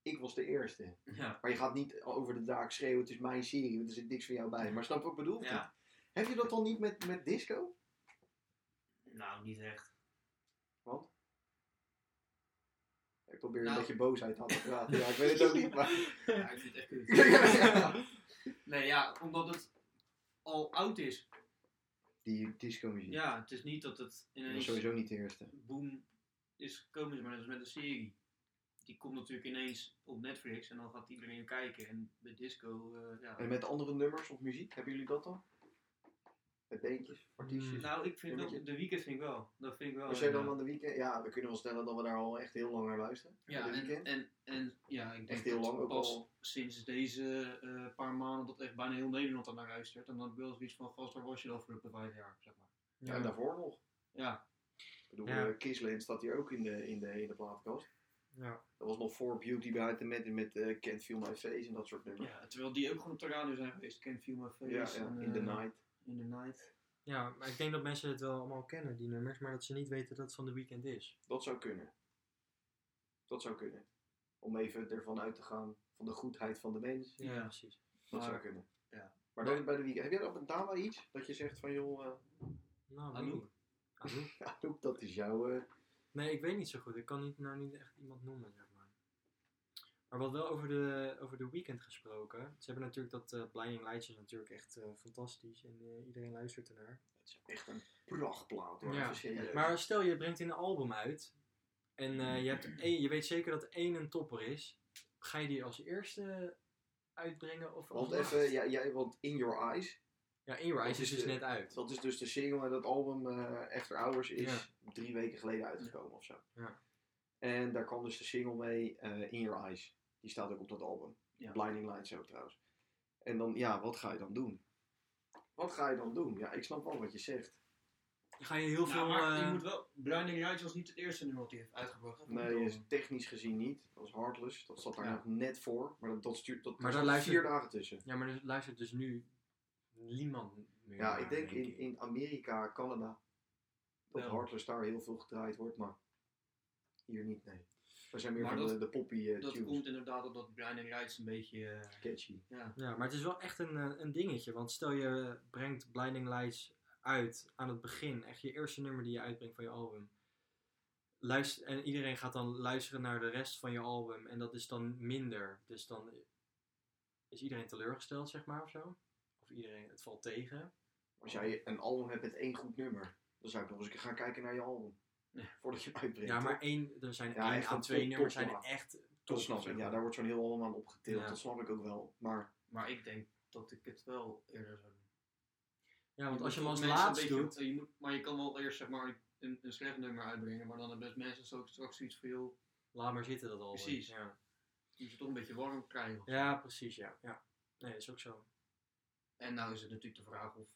Speaker 2: ik was de eerste.
Speaker 3: Ja.
Speaker 2: Maar je gaat niet over de daak schreeuwen, het is mijn serie, want er zit niks van jou bij. Maar snap je wat ik bedoel?
Speaker 3: ja.
Speaker 2: Heb je dat dan niet met, met disco?
Speaker 3: Nou, niet echt.
Speaker 2: Want? Ik probeer
Speaker 3: Nou.
Speaker 2: een beetje boosheid aan te praten. Ja, ik weet het ook niet, maar...
Speaker 3: Ja, ik vind het echt kut.
Speaker 2: Ja.
Speaker 3: Nee, ja, omdat het al oud is.
Speaker 2: Die disco muziek.
Speaker 3: Ja, het is niet dat het in
Speaker 2: Dat
Speaker 3: een
Speaker 2: is sowieso niet de eerste.
Speaker 3: boom is gekomen, maar dat is met een serie. Die komt natuurlijk ineens op Netflix en dan gaat iedereen kijken. En bij disco, eh, ja.
Speaker 2: En met andere nummers of muziek, hebben jullie dat dan? Met beentjes, artiestjes?
Speaker 3: Nou, ik vind
Speaker 2: Ja,
Speaker 3: dat,
Speaker 2: weet je-
Speaker 3: de weekend vind ik wel. Dat vind ik wel. eh,
Speaker 2: Als jij dan
Speaker 3: ja.
Speaker 2: aan de weekend... Ja, we kunnen wel stellen dat we daar al echt heel lang naar luisteren.
Speaker 3: ja,
Speaker 2: de
Speaker 3: en,
Speaker 2: weekend?
Speaker 3: en, en ja, ik denk
Speaker 2: Echt heel
Speaker 3: dat
Speaker 2: lang ook
Speaker 3: pas
Speaker 2: al.
Speaker 3: sinds deze eh, paar maanden dat echt bijna heel Nederland er naar luistert. En dan heb ik wel zoiets van, gast, daar was je de afgelopen vijf jaar, zeg maar.
Speaker 2: Ja, en daarvoor nog.
Speaker 3: Ja,
Speaker 2: Ik bedoel,
Speaker 1: Ja.
Speaker 2: eh, Kisland staat hier ook in de, in de, in de plaatkast.
Speaker 1: Ja.
Speaker 2: Dat was nog voor Beauty buiten met, met eh, Can't Feel My Face en dat soort nummers.
Speaker 3: ja, terwijl die ook gewoon op de radio zijn geweest. Can't Feel My
Speaker 2: Ja,
Speaker 3: Face.
Speaker 2: ja,
Speaker 3: en,
Speaker 2: In the
Speaker 3: eh,
Speaker 2: Night.
Speaker 3: In the Night.
Speaker 1: ja, maar ik denk dat mensen het wel allemaal kennen, die nummers, maar dat ze niet weten dat het van de weekend is.
Speaker 2: Dat zou kunnen. Dat zou kunnen. Om even ervan uit te gaan van de goedheid van de mens.
Speaker 3: Ja.
Speaker 1: precies.
Speaker 2: Dat zou
Speaker 3: Maar-
Speaker 2: kunnen.
Speaker 3: ja.
Speaker 2: Maar dan bij de weekend. Heb jij dat met Dama iets? Dat je zegt van joh, eh,
Speaker 1: Nou, weet
Speaker 3: Anouk.
Speaker 1: niet. Anouk?
Speaker 2: ja, Anouk, dat is jouw. eh,
Speaker 1: Nee, ik weet niet zo goed. Ik kan niet, nou niet echt iemand noemen, zeg maar. Maar wat wel over de, over de weekend gesproken. Ze hebben natuurlijk dat eh Blinding Lights is natuurlijk echt eh, fantastisch. En eh, iedereen luistert ernaar.
Speaker 2: het is echt een prachtplaat hoor.
Speaker 1: Ja.
Speaker 2: Dat is serieus.
Speaker 1: Maar stel, je brengt een album uit. En eh, je, hebt één, je weet zeker dat één een topper is. Ga je die als eerste uitbrengen? Of als
Speaker 2: want
Speaker 1: laatste?
Speaker 2: even, ja, jij, want In Your Eyes,
Speaker 1: Ja, In Your Eyes
Speaker 2: Dat
Speaker 1: is
Speaker 2: is
Speaker 1: dus
Speaker 2: de-
Speaker 1: net uit.
Speaker 2: dat is dus de single en dat album eh After Hours is drie weken geleden uitgekomen of zo.
Speaker 1: Ja.
Speaker 2: En daar kwam dus de single mee, eh, In Your Eyes. Die staat ook op dat album.
Speaker 3: Ja.
Speaker 2: Blinding Lights ook trouwens. En dan, ja, wat ga je dan doen? Wat ga je dan doen? Ja, ik snap wel wat je zegt.
Speaker 1: Ga je heel
Speaker 3: Nou,
Speaker 1: veel...
Speaker 3: maar je
Speaker 1: eh,
Speaker 3: moet wel... Blinding Lights was niet het eerste nummer dat hij heeft uitgebracht. hè, van
Speaker 2: Nee,
Speaker 3: Dylan.
Speaker 2: is technisch gezien niet. Dat was Heartless. Dat zat daar
Speaker 1: Ja.
Speaker 2: nog net voor. Maar dat, dat stuurt dat,
Speaker 1: Maar
Speaker 2: daar
Speaker 1: daar
Speaker 2: zat vier
Speaker 1: luistert-
Speaker 2: dagen tussen.
Speaker 1: Ja, maar er luistert dus nu niemand meer.
Speaker 2: Ja,
Speaker 1: naar,
Speaker 2: ik denk in, in Amerika, Canada, dat
Speaker 3: Ja.
Speaker 2: Heartless daar heel veel gedraaid wordt. Maar hier niet, nee. We zijn meer
Speaker 3: Maar
Speaker 2: van
Speaker 3: dat-
Speaker 2: de, de poppy eh
Speaker 3: Dat
Speaker 2: tunes.
Speaker 3: komt inderdaad omdat Blinding Lights een beetje... eh,
Speaker 2: Catchy.
Speaker 3: ja.
Speaker 1: Ja, maar het is wel echt een, eh, een dingetje. Want stel je brengt Blinding Lights uit aan het begin. Echt je eerste nummer die je uitbrengt van je album. Luister, en iedereen gaat dan luisteren naar de rest van je album. En dat is dan minder. Dus dan is iedereen teleurgesteld, zeg maar, of zo. Of iedereen, het valt tegen.
Speaker 2: Als jij een album hebt met één goed nummer, dan zou ik nog eens een keer gaan kijken naar je album.
Speaker 3: Ja.
Speaker 2: Voordat je hem uitbrengt.
Speaker 1: Ja, maar één, er zijn
Speaker 2: Ja,
Speaker 1: één
Speaker 2: echt
Speaker 1: aan
Speaker 2: een
Speaker 1: twee
Speaker 2: top-
Speaker 1: nummers
Speaker 2: top,
Speaker 1: zijn
Speaker 2: ja.
Speaker 1: echt top.
Speaker 2: dat snap
Speaker 1: zeg
Speaker 2: ik. Ja,
Speaker 1: maar.
Speaker 2: daar wordt zo'n heel album aan opgetild.
Speaker 1: Ja.
Speaker 2: Dat snap ik ook wel. Maar
Speaker 3: Maar ik denk dat ik het wel eerder zou doen.
Speaker 1: ja, want als je hem als
Speaker 3: moet mensen een
Speaker 1: laatst
Speaker 3: beetje-
Speaker 1: doet...
Speaker 3: je moet, maar je kan wel eerst zeg maar een, een slecht nummer uitbrengen, maar dan hebben mensen zo- straks zoiets van joh,
Speaker 1: Laat maar zitten dat album.
Speaker 3: Precies.
Speaker 1: Ja.
Speaker 3: je moet het toch een beetje warm krijgen.
Speaker 1: Ja, precies, ja. ja. Nee, dat is ook zo.
Speaker 3: En nou is het natuurlijk de vraag of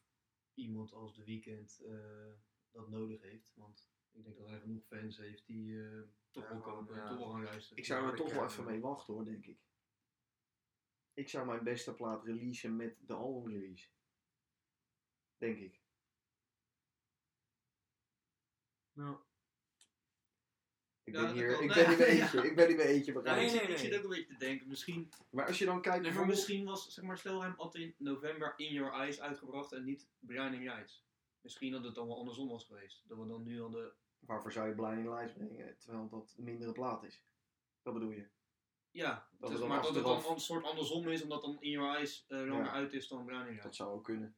Speaker 3: iemand als The Weeknd eh, dat nodig heeft. Want ik denk dat hij genoeg fans heeft die eh, toch
Speaker 1: Ja,
Speaker 3: wel
Speaker 1: gewoon,
Speaker 3: kopen en
Speaker 1: ja.
Speaker 3: toch wel gaan luisteren.
Speaker 2: ik zou er
Speaker 1: ik,
Speaker 2: toch wel
Speaker 1: eh,
Speaker 2: even mee wachten hoor, denk ik. Ik zou mijn beste plaat releasen met de albumrelease. Denk ik.
Speaker 1: Nou.
Speaker 2: Ik
Speaker 3: Ja,
Speaker 2: ben
Speaker 3: dat
Speaker 2: hier,
Speaker 3: kan.
Speaker 2: ik
Speaker 3: Nee,
Speaker 2: ben niet mijn
Speaker 3: ja.
Speaker 2: eentje. Ik ben niet mijn eentje
Speaker 3: Ja,
Speaker 2: begrijp
Speaker 1: Nee,
Speaker 2: je?
Speaker 3: ik, zit-
Speaker 1: nee,
Speaker 3: ik
Speaker 1: nee.
Speaker 3: zit ook een beetje te denken, misschien,
Speaker 2: Maar als je dan kijkt...
Speaker 3: nee, maar
Speaker 2: bijvoorbeeld-
Speaker 3: misschien was, zeg maar, stel hem had in november In Your Eyes uitgebracht en niet Blinding Lights. Misschien dat het dan wel andersom was geweest. Dat we dan nu al de
Speaker 2: Waarvoor zou je Blinding Lights brengen, terwijl dat een mindere plaat is? Dat bedoel je?
Speaker 3: Ja,
Speaker 2: Dat
Speaker 3: dus,
Speaker 2: we dan
Speaker 3: maar dat het
Speaker 2: achteraf-
Speaker 3: dan een soort andersom is, omdat dan In Your Eyes eh, langer
Speaker 2: Ja.
Speaker 3: uit is dan Browning
Speaker 2: Dat zou ook kunnen.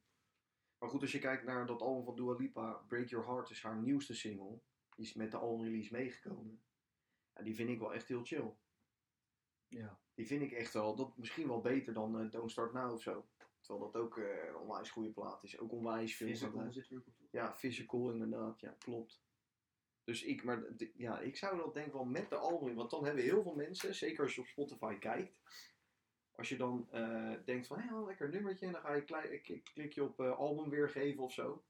Speaker 2: Maar goed, als je kijkt naar dat album van Dua Lipa, Break Your Heart is haar nieuwste single. Die is met de albumrelease meegekomen. En die vind ik wel echt heel chill.
Speaker 3: Ja.
Speaker 2: Die vind ik echt wel, dat misschien wel beter dan eh, Don't Start Now of zo. Terwijl dat ook eh, een onwijs goede plaat is. Ook onwijs veel.
Speaker 3: Physical
Speaker 2: geluid.
Speaker 3: zit er ook op toe.
Speaker 2: Ja, physical inderdaad. Ja, klopt. Dus ik, maar d- ja, ik zou dat denk ik wel met de album, want dan hebben heel veel mensen, zeker als je op Spotify kijkt, als je dan eh, denkt van, hé, wel een lekker nummertje, en dan ga je klei- klik, klik je op eh, album weergeven of zo.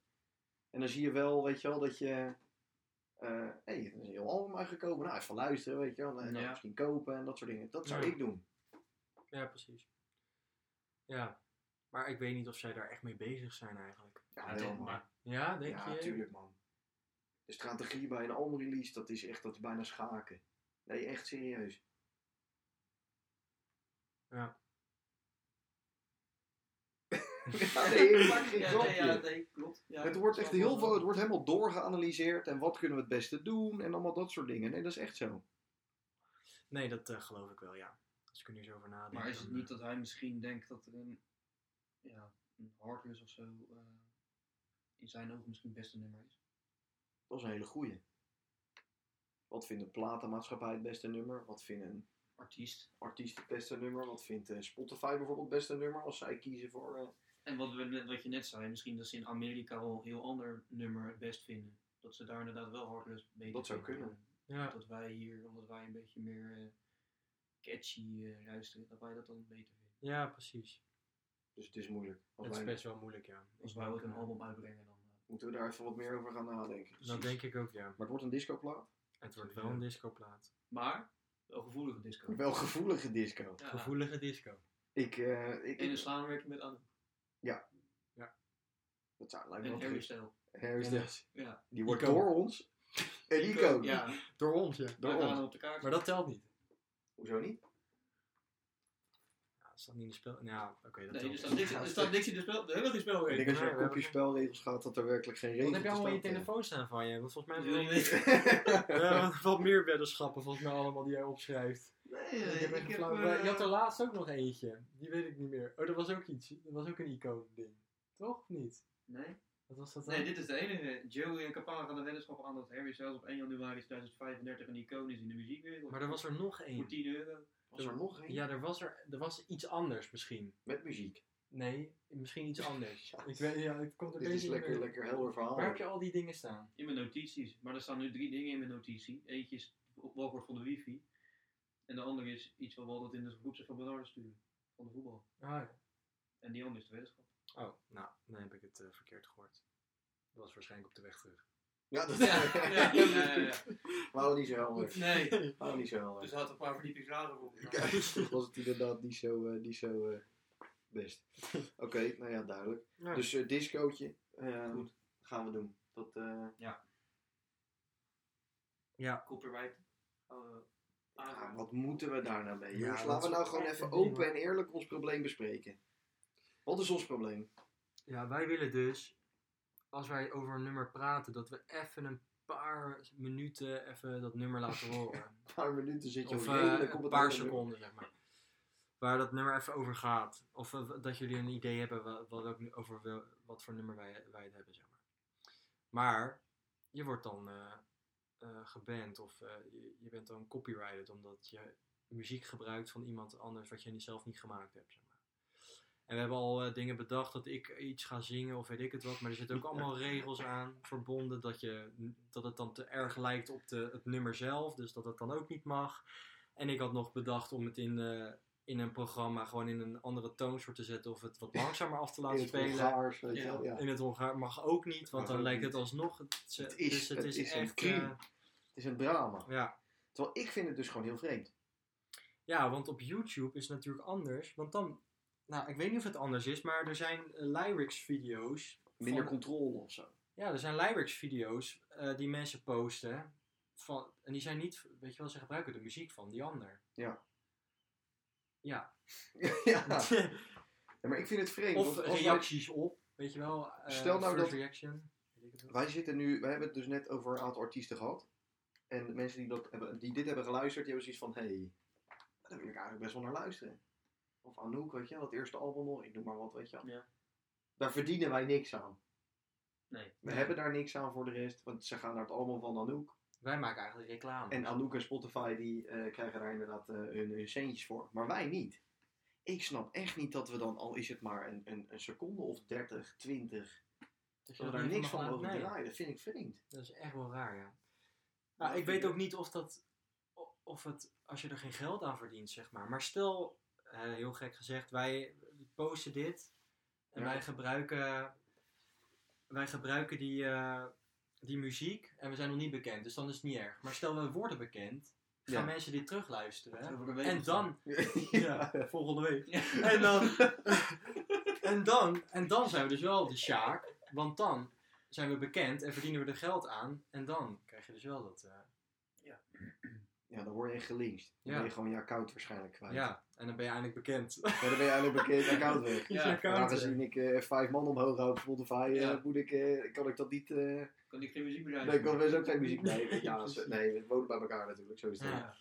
Speaker 2: En dan zie je wel, weet je wel, dat je, eh hé, er is een heel album uitgekomen, nou, even luisteren, weet je wel, en dan
Speaker 3: Ja.
Speaker 2: misschien kopen en dat soort dingen. Dat zou
Speaker 1: Ja.
Speaker 2: ik doen.
Speaker 1: Ja, precies. Ja. Maar ik weet niet of zij daar echt mee bezig zijn eigenlijk.
Speaker 2: Ja,
Speaker 3: dat-
Speaker 2: wel, man.
Speaker 3: maar
Speaker 1: Ja, denk
Speaker 2: ja,
Speaker 1: je?
Speaker 2: tuurlijk man. De strategie bij een albumrelease, dat is echt dat is bijna schaken. Nee, echt serieus.
Speaker 1: Ja.
Speaker 2: Ja, nee, ik maak geen
Speaker 3: ja,
Speaker 2: grapje.
Speaker 3: nee, ja, nee, klopt. Ja,
Speaker 2: Het wordt
Speaker 3: dat
Speaker 2: echt
Speaker 3: is wel
Speaker 2: heel veel,
Speaker 3: wel-
Speaker 2: het wordt helemaal doorgeanalyseerd en wat kunnen we het beste doen en allemaal dat soort dingen. Nee, dat is echt zo.
Speaker 1: Nee, dat eh, geloof ik wel, ja. Als ik er nu zo over nadenk.
Speaker 3: Maar is het
Speaker 1: dan,
Speaker 3: niet
Speaker 1: eh,
Speaker 3: dat hij misschien denkt dat er een, ja, een Heartless of zo eh, in zijn ogen misschien het beste nummer is?
Speaker 2: Dat is een hele goeie. Wat vindt de platenmaatschappij het beste nummer? Wat vindt een
Speaker 3: Artiest.
Speaker 2: artiest het beste nummer? Wat vindt eh, Spotify bijvoorbeeld het beste nummer als zij kiezen voor... eh,
Speaker 3: En wat, we, net- wat je net zei, misschien dat ze in Amerika wel een heel ander nummer het best vinden. Dat ze daar inderdaad wel Heartless beter
Speaker 2: Dat zou
Speaker 3: vinden.
Speaker 2: kunnen.
Speaker 1: eh, Ja,
Speaker 3: Dat wij hier, omdat wij een beetje meer eh, catchy eh, luisteren, dat wij dat dan beter vinden.
Speaker 1: ja, precies.
Speaker 2: Dus het is moeilijk. Als
Speaker 1: Het is
Speaker 2: wij-
Speaker 1: best wel moeilijk, ja.
Speaker 3: Als
Speaker 1: Ik
Speaker 3: wij
Speaker 1: denk,
Speaker 3: ook een
Speaker 1: eh,
Speaker 3: album uitbrengen, dan. eh,
Speaker 2: Moeten we daar even wat meer over gaan nadenken.
Speaker 1: Dat denk ik ook, ja.
Speaker 2: Maar het wordt een discoplaat.
Speaker 1: Het wordt wel een discoplaat.
Speaker 3: Maar, wel gevoelige disco.
Speaker 2: Wel gevoelige disco.
Speaker 3: Ja.
Speaker 1: Gevoelige disco.
Speaker 2: Ik, eh, ik,
Speaker 3: En een samenwerking met Anne.
Speaker 2: dat zou lijkt me wel
Speaker 3: En Harry
Speaker 2: goed.
Speaker 3: Stijl.
Speaker 2: Harry Styles.
Speaker 3: Ja.
Speaker 2: Die wordt
Speaker 1: Icoon.
Speaker 2: door ons. En Ico.
Speaker 3: Ja,
Speaker 1: Door ons, ja.
Speaker 2: Door
Speaker 3: wij
Speaker 2: ons.
Speaker 3: waren op de kaart.
Speaker 1: Maar dat telt niet.
Speaker 2: Hoezo niet?
Speaker 1: Ja, dat staat niet in de spel... Ja, oké, dat
Speaker 3: Nee, dus
Speaker 1: telt
Speaker 3: er
Speaker 1: niet.
Speaker 3: staat niks- er staat niks in dus de spel. We hebben geen spel
Speaker 2: Ik denk
Speaker 3: weer.
Speaker 2: als je
Speaker 1: Nee,
Speaker 2: een
Speaker 1: we
Speaker 2: kopje
Speaker 1: hebben-
Speaker 2: spelregels gaat, dat er werkelijk geen regels
Speaker 1: Wat heb je allemaal in je
Speaker 2: staan.
Speaker 1: telefoon staan van je? Want volgens mij...
Speaker 3: Wil je
Speaker 1: hebben we-
Speaker 3: weten?
Speaker 1: Ja, want wat meer weddenschappen volgens mij allemaal die jij opschrijft.
Speaker 3: Nee,
Speaker 1: Ik heb echt een flauw-
Speaker 3: eh,
Speaker 1: Je had er laatst ook nog eentje. Die weet ik niet meer. Oh, dat was ook iets. Dat was ook een icoon-ding. Toch? Of niet?
Speaker 3: Nee?
Speaker 1: Wat was dat dan?
Speaker 3: nee, dit is de enige. Joey en Capana gaan de weddenschap aan dat Harry zelfs op 1 januari 2035 een icoon is in de muziekwereld.
Speaker 1: Maar er was er nog
Speaker 3: Voor
Speaker 1: één.
Speaker 3: 10 euro.
Speaker 2: Was er nog één?
Speaker 1: Ja, er was er... Er was iets anders misschien.
Speaker 2: Met muziek.
Speaker 1: Nee, misschien iets anders.
Speaker 2: Ja.
Speaker 1: Ik weet... Ja, ik kom er
Speaker 2: Dit is
Speaker 1: bezig
Speaker 2: lekker, lekker helder verhaal.
Speaker 1: Waar heb je al die dingen staan?
Speaker 3: In mijn notities. Maar er staan nu drie dingen in mijn notitie. Eentje is op walkwoord van de wifi. En de andere is iets wat we altijd in de groep van Bernard sturen. Van de voetbal.
Speaker 1: Ah, ja.
Speaker 3: En die andere is de weddenschap.
Speaker 1: Oh, nou, dan heb ik het eh, verkeerd gehoord. Dat was waarschijnlijk op de weg terug.
Speaker 2: Ja, dat
Speaker 3: Ja, ja, ja, ja, ja.
Speaker 2: Waarom niet zo helder?
Speaker 3: Nee,
Speaker 2: Waarom niet zo
Speaker 3: dus
Speaker 2: helder?
Speaker 3: hij had een paar verdiepingsraden voor.
Speaker 1: eh,
Speaker 2: Was het inderdaad niet zo, eh, niet zo eh, best. Oké, nou ja, duidelijk.
Speaker 1: Ja.
Speaker 2: Dus eh discootje eh,
Speaker 3: Goed.
Speaker 2: gaan we doen. Dat, eh,
Speaker 1: Ja.
Speaker 3: Copyright. eh,
Speaker 2: ah,
Speaker 3: aangehaald.
Speaker 2: wat moeten we daar nou mee?
Speaker 1: Ja,
Speaker 2: jongens?
Speaker 1: dat
Speaker 2: Laten we
Speaker 1: is
Speaker 2: nou
Speaker 1: wel
Speaker 2: gewoon
Speaker 1: echt
Speaker 2: even
Speaker 1: een ding,
Speaker 2: open
Speaker 1: hoor.
Speaker 2: en eerlijk ons probleem bespreken. Wat is ons probleem?
Speaker 1: Ja, wij willen dus, als wij over een nummer praten, dat we even een paar minuten even dat nummer laten horen.
Speaker 2: Een paar minuten zit je
Speaker 1: Of
Speaker 2: al
Speaker 1: eh,
Speaker 2: redelijk op
Speaker 1: een
Speaker 2: het
Speaker 1: paar
Speaker 2: andere nummer.
Speaker 1: seconden, zeg maar. Waar dat nummer even over gaat. Of eh, dat jullie een idee hebben wat, wat, ook nu- over wel- wat voor nummer wij, wij het hebben, zeg maar. Maar je wordt dan eh, eh, geband of eh, je, je bent dan copyrighted omdat je muziek gebruikt van iemand anders wat je niet- zelf niet gemaakt hebt, zeg maar. En we hebben al eh, dingen bedacht dat ik iets ga zingen of weet ik het wat. Maar er zitten ook allemaal regels aan verbonden. Dat, je, dat het dan te erg lijkt op de, het nummer zelf. Dus dat het dan ook niet mag. En ik had nog bedacht om het in, eh, in een programma gewoon in een andere toonsoort te zetten. Of het wat langzamer af te laten
Speaker 2: In het
Speaker 1: spelen.
Speaker 2: Hongaars, weet je
Speaker 3: Ja.
Speaker 2: wel, ja.
Speaker 1: In het Hongaar mag ook niet. Want
Speaker 2: Mag
Speaker 1: dan
Speaker 2: ook
Speaker 1: lijkt
Speaker 2: niet.
Speaker 1: het alsnog. Het, ze-
Speaker 2: Het is-
Speaker 1: dus het,
Speaker 2: het
Speaker 1: is,
Speaker 2: is een
Speaker 1: echt.
Speaker 2: crime.
Speaker 1: eh,
Speaker 2: Het is een drama.
Speaker 1: ja,
Speaker 2: Terwijl ik vind het dus gewoon heel vreemd.
Speaker 1: Ja, want op YouTube is het natuurlijk anders. Want dan, nou, ik weet niet of het anders is, maar er zijn eh, lyrics-video's.
Speaker 2: Minder
Speaker 1: van-
Speaker 2: controle of zo.
Speaker 1: Ja, er zijn lyrics-video's eh, die mensen posten. Van, en die zijn niet, weet je wel, ze gebruiken de muziek van die ander.
Speaker 2: ja. Ja, maar Nou, ik vind het vreemd.
Speaker 1: of
Speaker 2: want als wij-
Speaker 1: reacties op, weet je wel. eh,
Speaker 2: Stel nou
Speaker 1: first
Speaker 2: dat-
Speaker 1: reaction. Weet ik het wel.
Speaker 2: Wij zitten nu, wij hebben het dus net over een aantal artiesten gehad. En de mensen die, dat hebben, die dit hebben geluisterd, die hebben zoiets van, hé, hey, daar wil ik eigenlijk best wel naar luisteren. Of Anouk, weet je wel, dat eerste album nog, ik noem maar wat, weet je wel.
Speaker 3: Ja.
Speaker 2: Daar verdienen wij niks aan.
Speaker 3: Nee.
Speaker 2: We hebben daar niks aan voor de rest, want ze gaan naar het album van Anouk.
Speaker 1: Wij maken eigenlijk reclame.
Speaker 2: En Anouk en Spotify, die eh, krijgen daar inderdaad eh, hun, hun centjes voor. Maar wij niet. Ik snap echt niet dat we dan, al is het maar een, een, een seconde of 30, 20,
Speaker 1: Dat je
Speaker 2: dat we
Speaker 1: dat
Speaker 2: daar
Speaker 1: niet
Speaker 2: niks van
Speaker 1: mag
Speaker 2: mogen
Speaker 1: laten- nee,
Speaker 2: draaien. Dat vind ik vreemd.
Speaker 1: Dat is echt wel raar, ja.
Speaker 3: Ja,
Speaker 1: Nou, ik
Speaker 3: vind
Speaker 1: weet
Speaker 3: ik-
Speaker 1: ook niet of dat, o- of het, als je er geen geld aan verdient, zeg maar. Maar stel, eh, heel gek gezegd, wij posten dit en
Speaker 2: Ja.
Speaker 1: wij gebruiken, wij gebruiken die, eh, die muziek en we zijn nog niet bekend, dus dan is het niet erg. Maar stel, we worden bekend, gaan
Speaker 2: Ja.
Speaker 1: mensen dit terugluisteren.
Speaker 3: Over de week
Speaker 1: En
Speaker 3: of zo.
Speaker 1: dan, ja, volgende week.
Speaker 3: Ja.
Speaker 1: En dan, en dan, en dan zijn we dus wel de Sjaak, want dan zijn we bekend en verdienen we er geld aan. En dan krijg je dus wel dat. eh,
Speaker 2: Ja, dan word je echt gelinched. Dan
Speaker 1: Ja.
Speaker 2: ben je gewoon je account waarschijnlijk kwijt. Ja.
Speaker 1: ja, en dan ben je eindelijk bekend.
Speaker 2: dan ben je eigenlijk bekend account weg.
Speaker 1: Is je
Speaker 3: Ja,
Speaker 2: En
Speaker 1: account
Speaker 2: aangezien ik eh, vijf man omhoog hou op Spotify, eh,
Speaker 3: Ja.
Speaker 2: moet ik, eh, kan ik dat niet... eh
Speaker 3: Kan ik geen muziek bereiken?
Speaker 2: nee, ik kan best ook geen muziek mee.
Speaker 1: Nee,
Speaker 2: Ja,
Speaker 1: precies.
Speaker 2: ze- nee, we wonen bij elkaar natuurlijk, zo is het.
Speaker 1: Ja.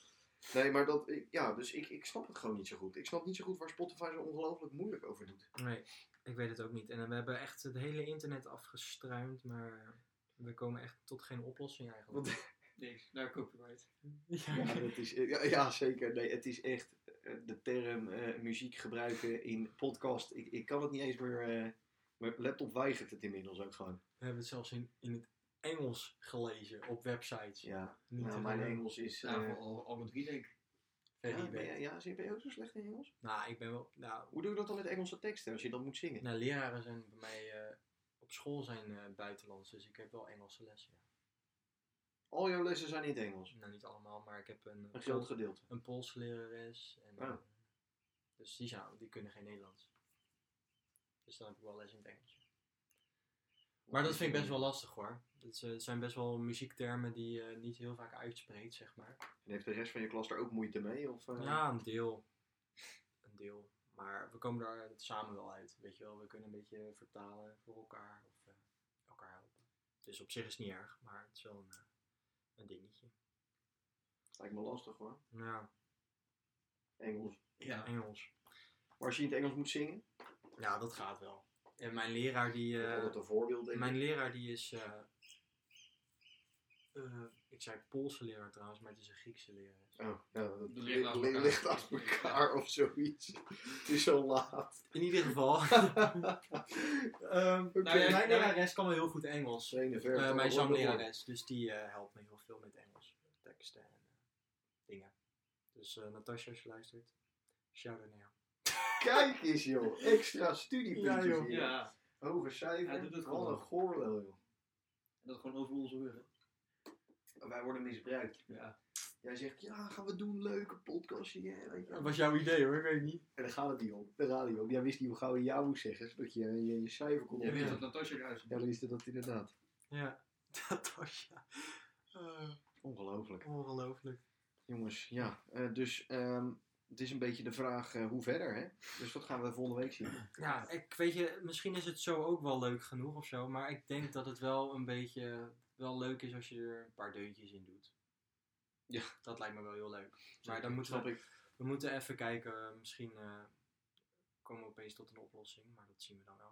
Speaker 2: Nee, maar dat... ik- Ja, dus ik, ik snap het gewoon niet zo goed. Ik snap niet zo goed waar Spotify zo ongelooflijk moeilijk over doet.
Speaker 1: Nee, ik weet het ook niet. En eh, we hebben echt het hele internet afgestruimd, maar we komen echt tot geen oplossing eigenlijk.
Speaker 2: Want-
Speaker 3: Niks, daar nou, copyright.
Speaker 1: Ja,
Speaker 2: Ja, dat is, eh, ja, ja, zeker. Nee, het is echt eh, de term eh, muziek gebruiken in podcast. Ik, ik kan het niet eens meer... eh, mijn laptop weigert het inmiddels ook gewoon.
Speaker 1: We hebben het zelfs in, in het Engels gelezen op websites.
Speaker 2: Ja,
Speaker 1: Niet
Speaker 2: nou,
Speaker 1: te
Speaker 2: mijn
Speaker 1: doen.
Speaker 2: Engels is...
Speaker 3: Ja,
Speaker 2: eh,
Speaker 3: voor al, al met wie denk ik.
Speaker 1: Very
Speaker 2: Ja,
Speaker 1: bad.
Speaker 2: ben je, ja, zie- ben je ook zo slecht in Engels?
Speaker 1: Nou, ik ben wel. Nou,
Speaker 2: Hoe doe je dat dan met Engelse teksten als je dat moet zingen?
Speaker 1: nou, leraren zijn bij mij eh, op school zijn eh, buitenlands, dus ik heb wel Engelse lessen. ja.
Speaker 2: Al jouw lessen zijn in het Engels.
Speaker 1: Nou, niet allemaal, maar ik heb een, eh,
Speaker 2: Een groot gedeelte.
Speaker 1: een Poolse lerares. En,
Speaker 2: Oh.
Speaker 1: eh, dus die, zou, die kunnen geen Nederlands. Dus dan heb ik wel les in het Engels. Maar dat vind ik best wel lastig hoor. Het is, eh, het zijn best wel muziektermen die je niet heel vaak uitspreekt, zeg maar.
Speaker 2: En heeft de rest van je klas daar ook moeite mee? Of, eh,
Speaker 1: Ja, een deel. Een deel. Maar we komen daar samen wel uit. Weet je wel, we kunnen een beetje vertalen voor elkaar. Of eh, elkaar helpen. Dus op zich is het niet erg, maar het is wel een, eh, een dingetje.
Speaker 2: Lijkt me lastig hoor.
Speaker 1: Nou,
Speaker 2: Engels.
Speaker 3: Ja.
Speaker 1: Engels.
Speaker 2: Maar als je in het Engels moet zingen?
Speaker 1: Ja, dat gaat wel. En mijn leraar die...
Speaker 2: dat is
Speaker 1: eh,
Speaker 2: altijd een voorbeeld denk ik.
Speaker 1: Mijn leraar die is. eh, eh, ik zei Poolse leraar trouwens, maar het is een Griekse leraar.
Speaker 2: Oh, ja, dat
Speaker 3: Die liggen
Speaker 2: li-
Speaker 3: naast elkaar.
Speaker 2: ligt achter elkaar of zoiets. Het is zo laat.
Speaker 1: In ieder geval.
Speaker 2: Ehm, oké.
Speaker 3: Nou ja,
Speaker 1: mijn lerares kan wel heel goed Engels.
Speaker 2: Trainen
Speaker 1: Eh,
Speaker 2: verder.
Speaker 1: mijn zanglerares, dus die eh, helpt me heel veel met Engels. Teksten en eh, dingen. Dus eh Natasja, als je luistert, shout out naar jou.
Speaker 2: Kijk eens joh, extra studiepuntjes
Speaker 1: Ja, joh.
Speaker 2: hier.
Speaker 3: Ja.
Speaker 2: Hoge cijfer.
Speaker 3: Hij doet het
Speaker 2: Wat
Speaker 3: gewoon.
Speaker 2: een goorlel joh.
Speaker 3: En dat gewoon over onze ruggen.
Speaker 2: Wij worden misbruikt.
Speaker 3: Ja.
Speaker 2: Jij zegt, ja, gaan we doen, leuke podcastje. ja, weet je.
Speaker 1: Dat was jouw idee hoor, ik weet niet.
Speaker 2: En daar gaat het niet om. Daar gaat het niet om. Jij wist niet hoe gauw je jou moest zeggen, zodat je eh, je, je cijfer kon
Speaker 3: Jij
Speaker 2: opgeven.
Speaker 3: weet dat Natasja eruit ziet.
Speaker 2: Ja, dan wist je dat inderdaad.
Speaker 1: Ja, dat was ja. Eh,
Speaker 2: Ongelooflijk.
Speaker 1: ongelooflijk.
Speaker 2: Jongens, ja. eh, dus ehm, het is een beetje de vraag eh, hoe verder, hè? Dus dat gaan we volgende week zien.
Speaker 1: Ja, ik weet je, misschien is het zo ook wel leuk genoeg of zo, maar ik denk dat het wel een beetje wel leuk is als je er een paar deuntjes in doet.
Speaker 2: Ja.
Speaker 1: Dat lijkt me wel heel leuk. Maar dan moeten
Speaker 2: Snap
Speaker 1: we,
Speaker 2: ik.
Speaker 1: we moeten even kijken, misschien eh, komen we opeens tot een oplossing, maar dat zien we dan wel.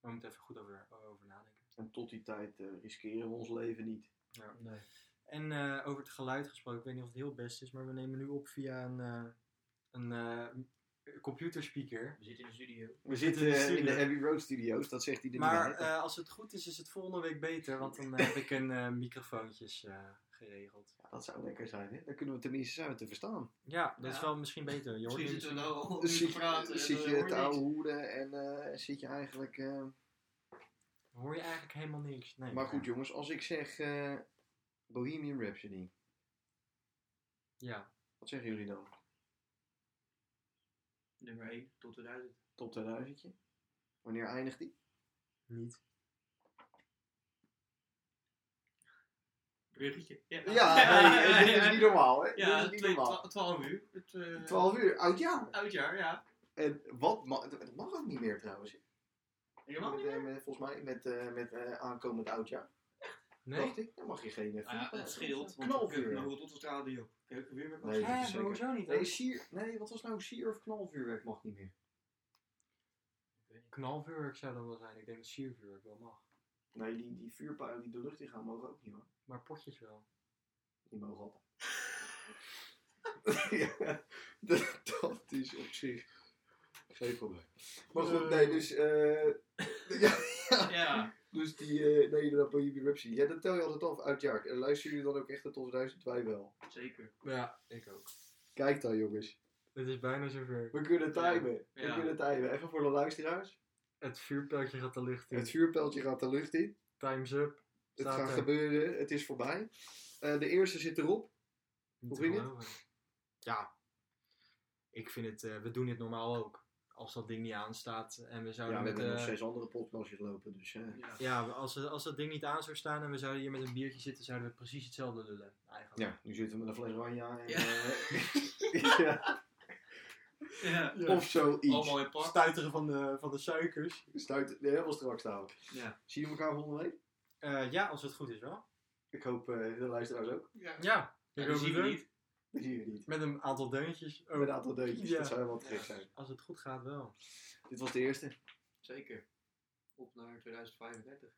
Speaker 1: Maar we moeten even goed over, over nadenken.
Speaker 2: En tot die tijd eh, riskeren we ons leven niet.
Speaker 1: Ja.
Speaker 3: Nee.
Speaker 1: En eh, over het geluid gesproken, ik weet niet of het heel best is, maar we nemen nu op via een, eh, een eh, computerspeaker.
Speaker 3: We zitten in de studio.
Speaker 2: We
Speaker 1: zitten
Speaker 2: zitten
Speaker 1: in de
Speaker 2: eh, in de
Speaker 1: studio.
Speaker 2: Abbey Road Studios, dat zegt iedereen.
Speaker 1: Maar eh, als het goed is, is het volgende week beter, want dan heb ik een eh, microfoontjes eh, geregeld.
Speaker 2: dat zou lekker zijn, hè? Dan kunnen we tenminste zijn we te verstaan.
Speaker 1: Ja, dat is
Speaker 3: Ja.
Speaker 1: wel misschien beter. Je hoort
Speaker 3: Misschien
Speaker 1: nu
Speaker 3: zitten we
Speaker 1: misschien-
Speaker 3: nou al
Speaker 2: Dus
Speaker 3: te
Speaker 2: zit,
Speaker 3: praten. en
Speaker 2: zit
Speaker 1: eh,
Speaker 3: dan
Speaker 2: je
Speaker 3: hoor
Speaker 2: te
Speaker 3: niks.
Speaker 2: oude hoeden en eh, zit je eigenlijk... eh,
Speaker 1: hoor je eigenlijk helemaal niks. Nee,
Speaker 2: Maar goed, jongens, als ik zeg eh, Bohemian Rhapsody,
Speaker 1: Ja,
Speaker 2: wat zeggen jullie dan?
Speaker 3: Nummer 1 tot 2000.
Speaker 2: Top 2000? Wanneer eindigt die?
Speaker 1: niet.
Speaker 3: Bruggetje. Ja,
Speaker 2: Ja, nee, eh, dit is niet normaal, hè?
Speaker 3: Ja,
Speaker 2: dit is niet normaal.
Speaker 3: 12 uur. Het, eh,
Speaker 2: 12 uur, oud jaar.
Speaker 3: Oudjaar, ja.
Speaker 2: En wat ma- dat mag ook niet meer trouwens. hè?
Speaker 3: Helemaal niet
Speaker 2: Met, eh, met- volgens mij met, eh, met eh, aankomend oudjaar.
Speaker 1: Nee?
Speaker 2: Dacht ik, dan mag je geen. eh,
Speaker 3: Ah, ja,
Speaker 2: vuurpijl.
Speaker 3: dat scheelt. Want
Speaker 2: Knalvuur.
Speaker 3: Dan hoort onze straat niet op. Kijk, weer met
Speaker 2: Nee, dat is
Speaker 1: Hè,
Speaker 2: zeker.
Speaker 1: hoezo niet?
Speaker 2: Nee,
Speaker 1: dan?
Speaker 2: sier, nee, wat was nou sier of knalvuurwerk mag niet meer?
Speaker 1: Knalvuurwerk zou dan wel zijn. Ik denk dat siervuurwerk wel mag.
Speaker 2: Nee, die, die vuurpijlen die de lucht in gaan mogen ook niet hoor.
Speaker 1: Maar potjes wel.
Speaker 2: Die mogen altijd. ja, dat, dat is op zich geen probleem. Maar goed, nee, dus. eh, ja,
Speaker 3: Ja,
Speaker 2: dus die. eh nee, dat Bohemian Rhapsody. Ja, dat tel je altijd af uit jaar. En luisteren jullie dan ook echt de top 1000? Wij wel.
Speaker 3: zeker.
Speaker 1: Ja, ik ook.
Speaker 2: Kijk dan, jongens.
Speaker 1: Het is bijna zover.
Speaker 2: We kunnen timen. We
Speaker 3: Ja.
Speaker 2: kunnen timen. Even voor de luisteraars.
Speaker 1: Het vuurpijltje gaat de lucht in.
Speaker 2: Het vuurpijltje gaat de lucht in.
Speaker 1: Time's up.
Speaker 2: Het
Speaker 1: Staat
Speaker 2: gaat
Speaker 1: er.
Speaker 2: gebeuren. Het is voorbij. Eh, de eerste zit erop.
Speaker 1: Niet
Speaker 2: Hoe
Speaker 1: te
Speaker 2: ging het?
Speaker 1: geloven. Ja. Ik vind het... eh, we doen dit normaal ook. Als dat ding niet aanstaat en we zouden
Speaker 2: Ja, we
Speaker 1: met...
Speaker 2: hebben nog
Speaker 1: eh,
Speaker 2: zes andere podcastjes lopen. Dus, eh.
Speaker 3: Ja.
Speaker 1: Ja, als, we- als dat ding niet aan zou staan en we zouden hier met een biertje zitten, zouden we precies hetzelfde lullen. Eigenlijk.
Speaker 2: Ja, nu zitten we met een fles oranje aan. En,
Speaker 3: Ja.
Speaker 2: eh, ja,
Speaker 3: Ja.
Speaker 2: Of zoiets.
Speaker 3: Allemaal in pak.
Speaker 1: Stuiteren van de, van de suikers.
Speaker 2: Stuit de helemaal straks aan.
Speaker 3: Ja.
Speaker 2: Zien we elkaar volgende week?
Speaker 1: Eh, ja, als het goed is wel.
Speaker 2: Ik hoop eh, de luisteraars ook.
Speaker 3: Ja.
Speaker 1: Ja,
Speaker 3: Ja,
Speaker 1: ik
Speaker 3: die
Speaker 1: hoop
Speaker 3: zien
Speaker 1: het
Speaker 3: we
Speaker 1: ook.
Speaker 3: niet.
Speaker 2: Dat zien we niet.
Speaker 1: Met een aantal deuntjes.
Speaker 2: Met een aantal deuntjes.
Speaker 1: Ja.
Speaker 2: Dat zou helemaal te gek zijn.
Speaker 1: Als het goed gaat wel.
Speaker 2: Dit was de eerste.
Speaker 3: Zeker. Op naar 2035.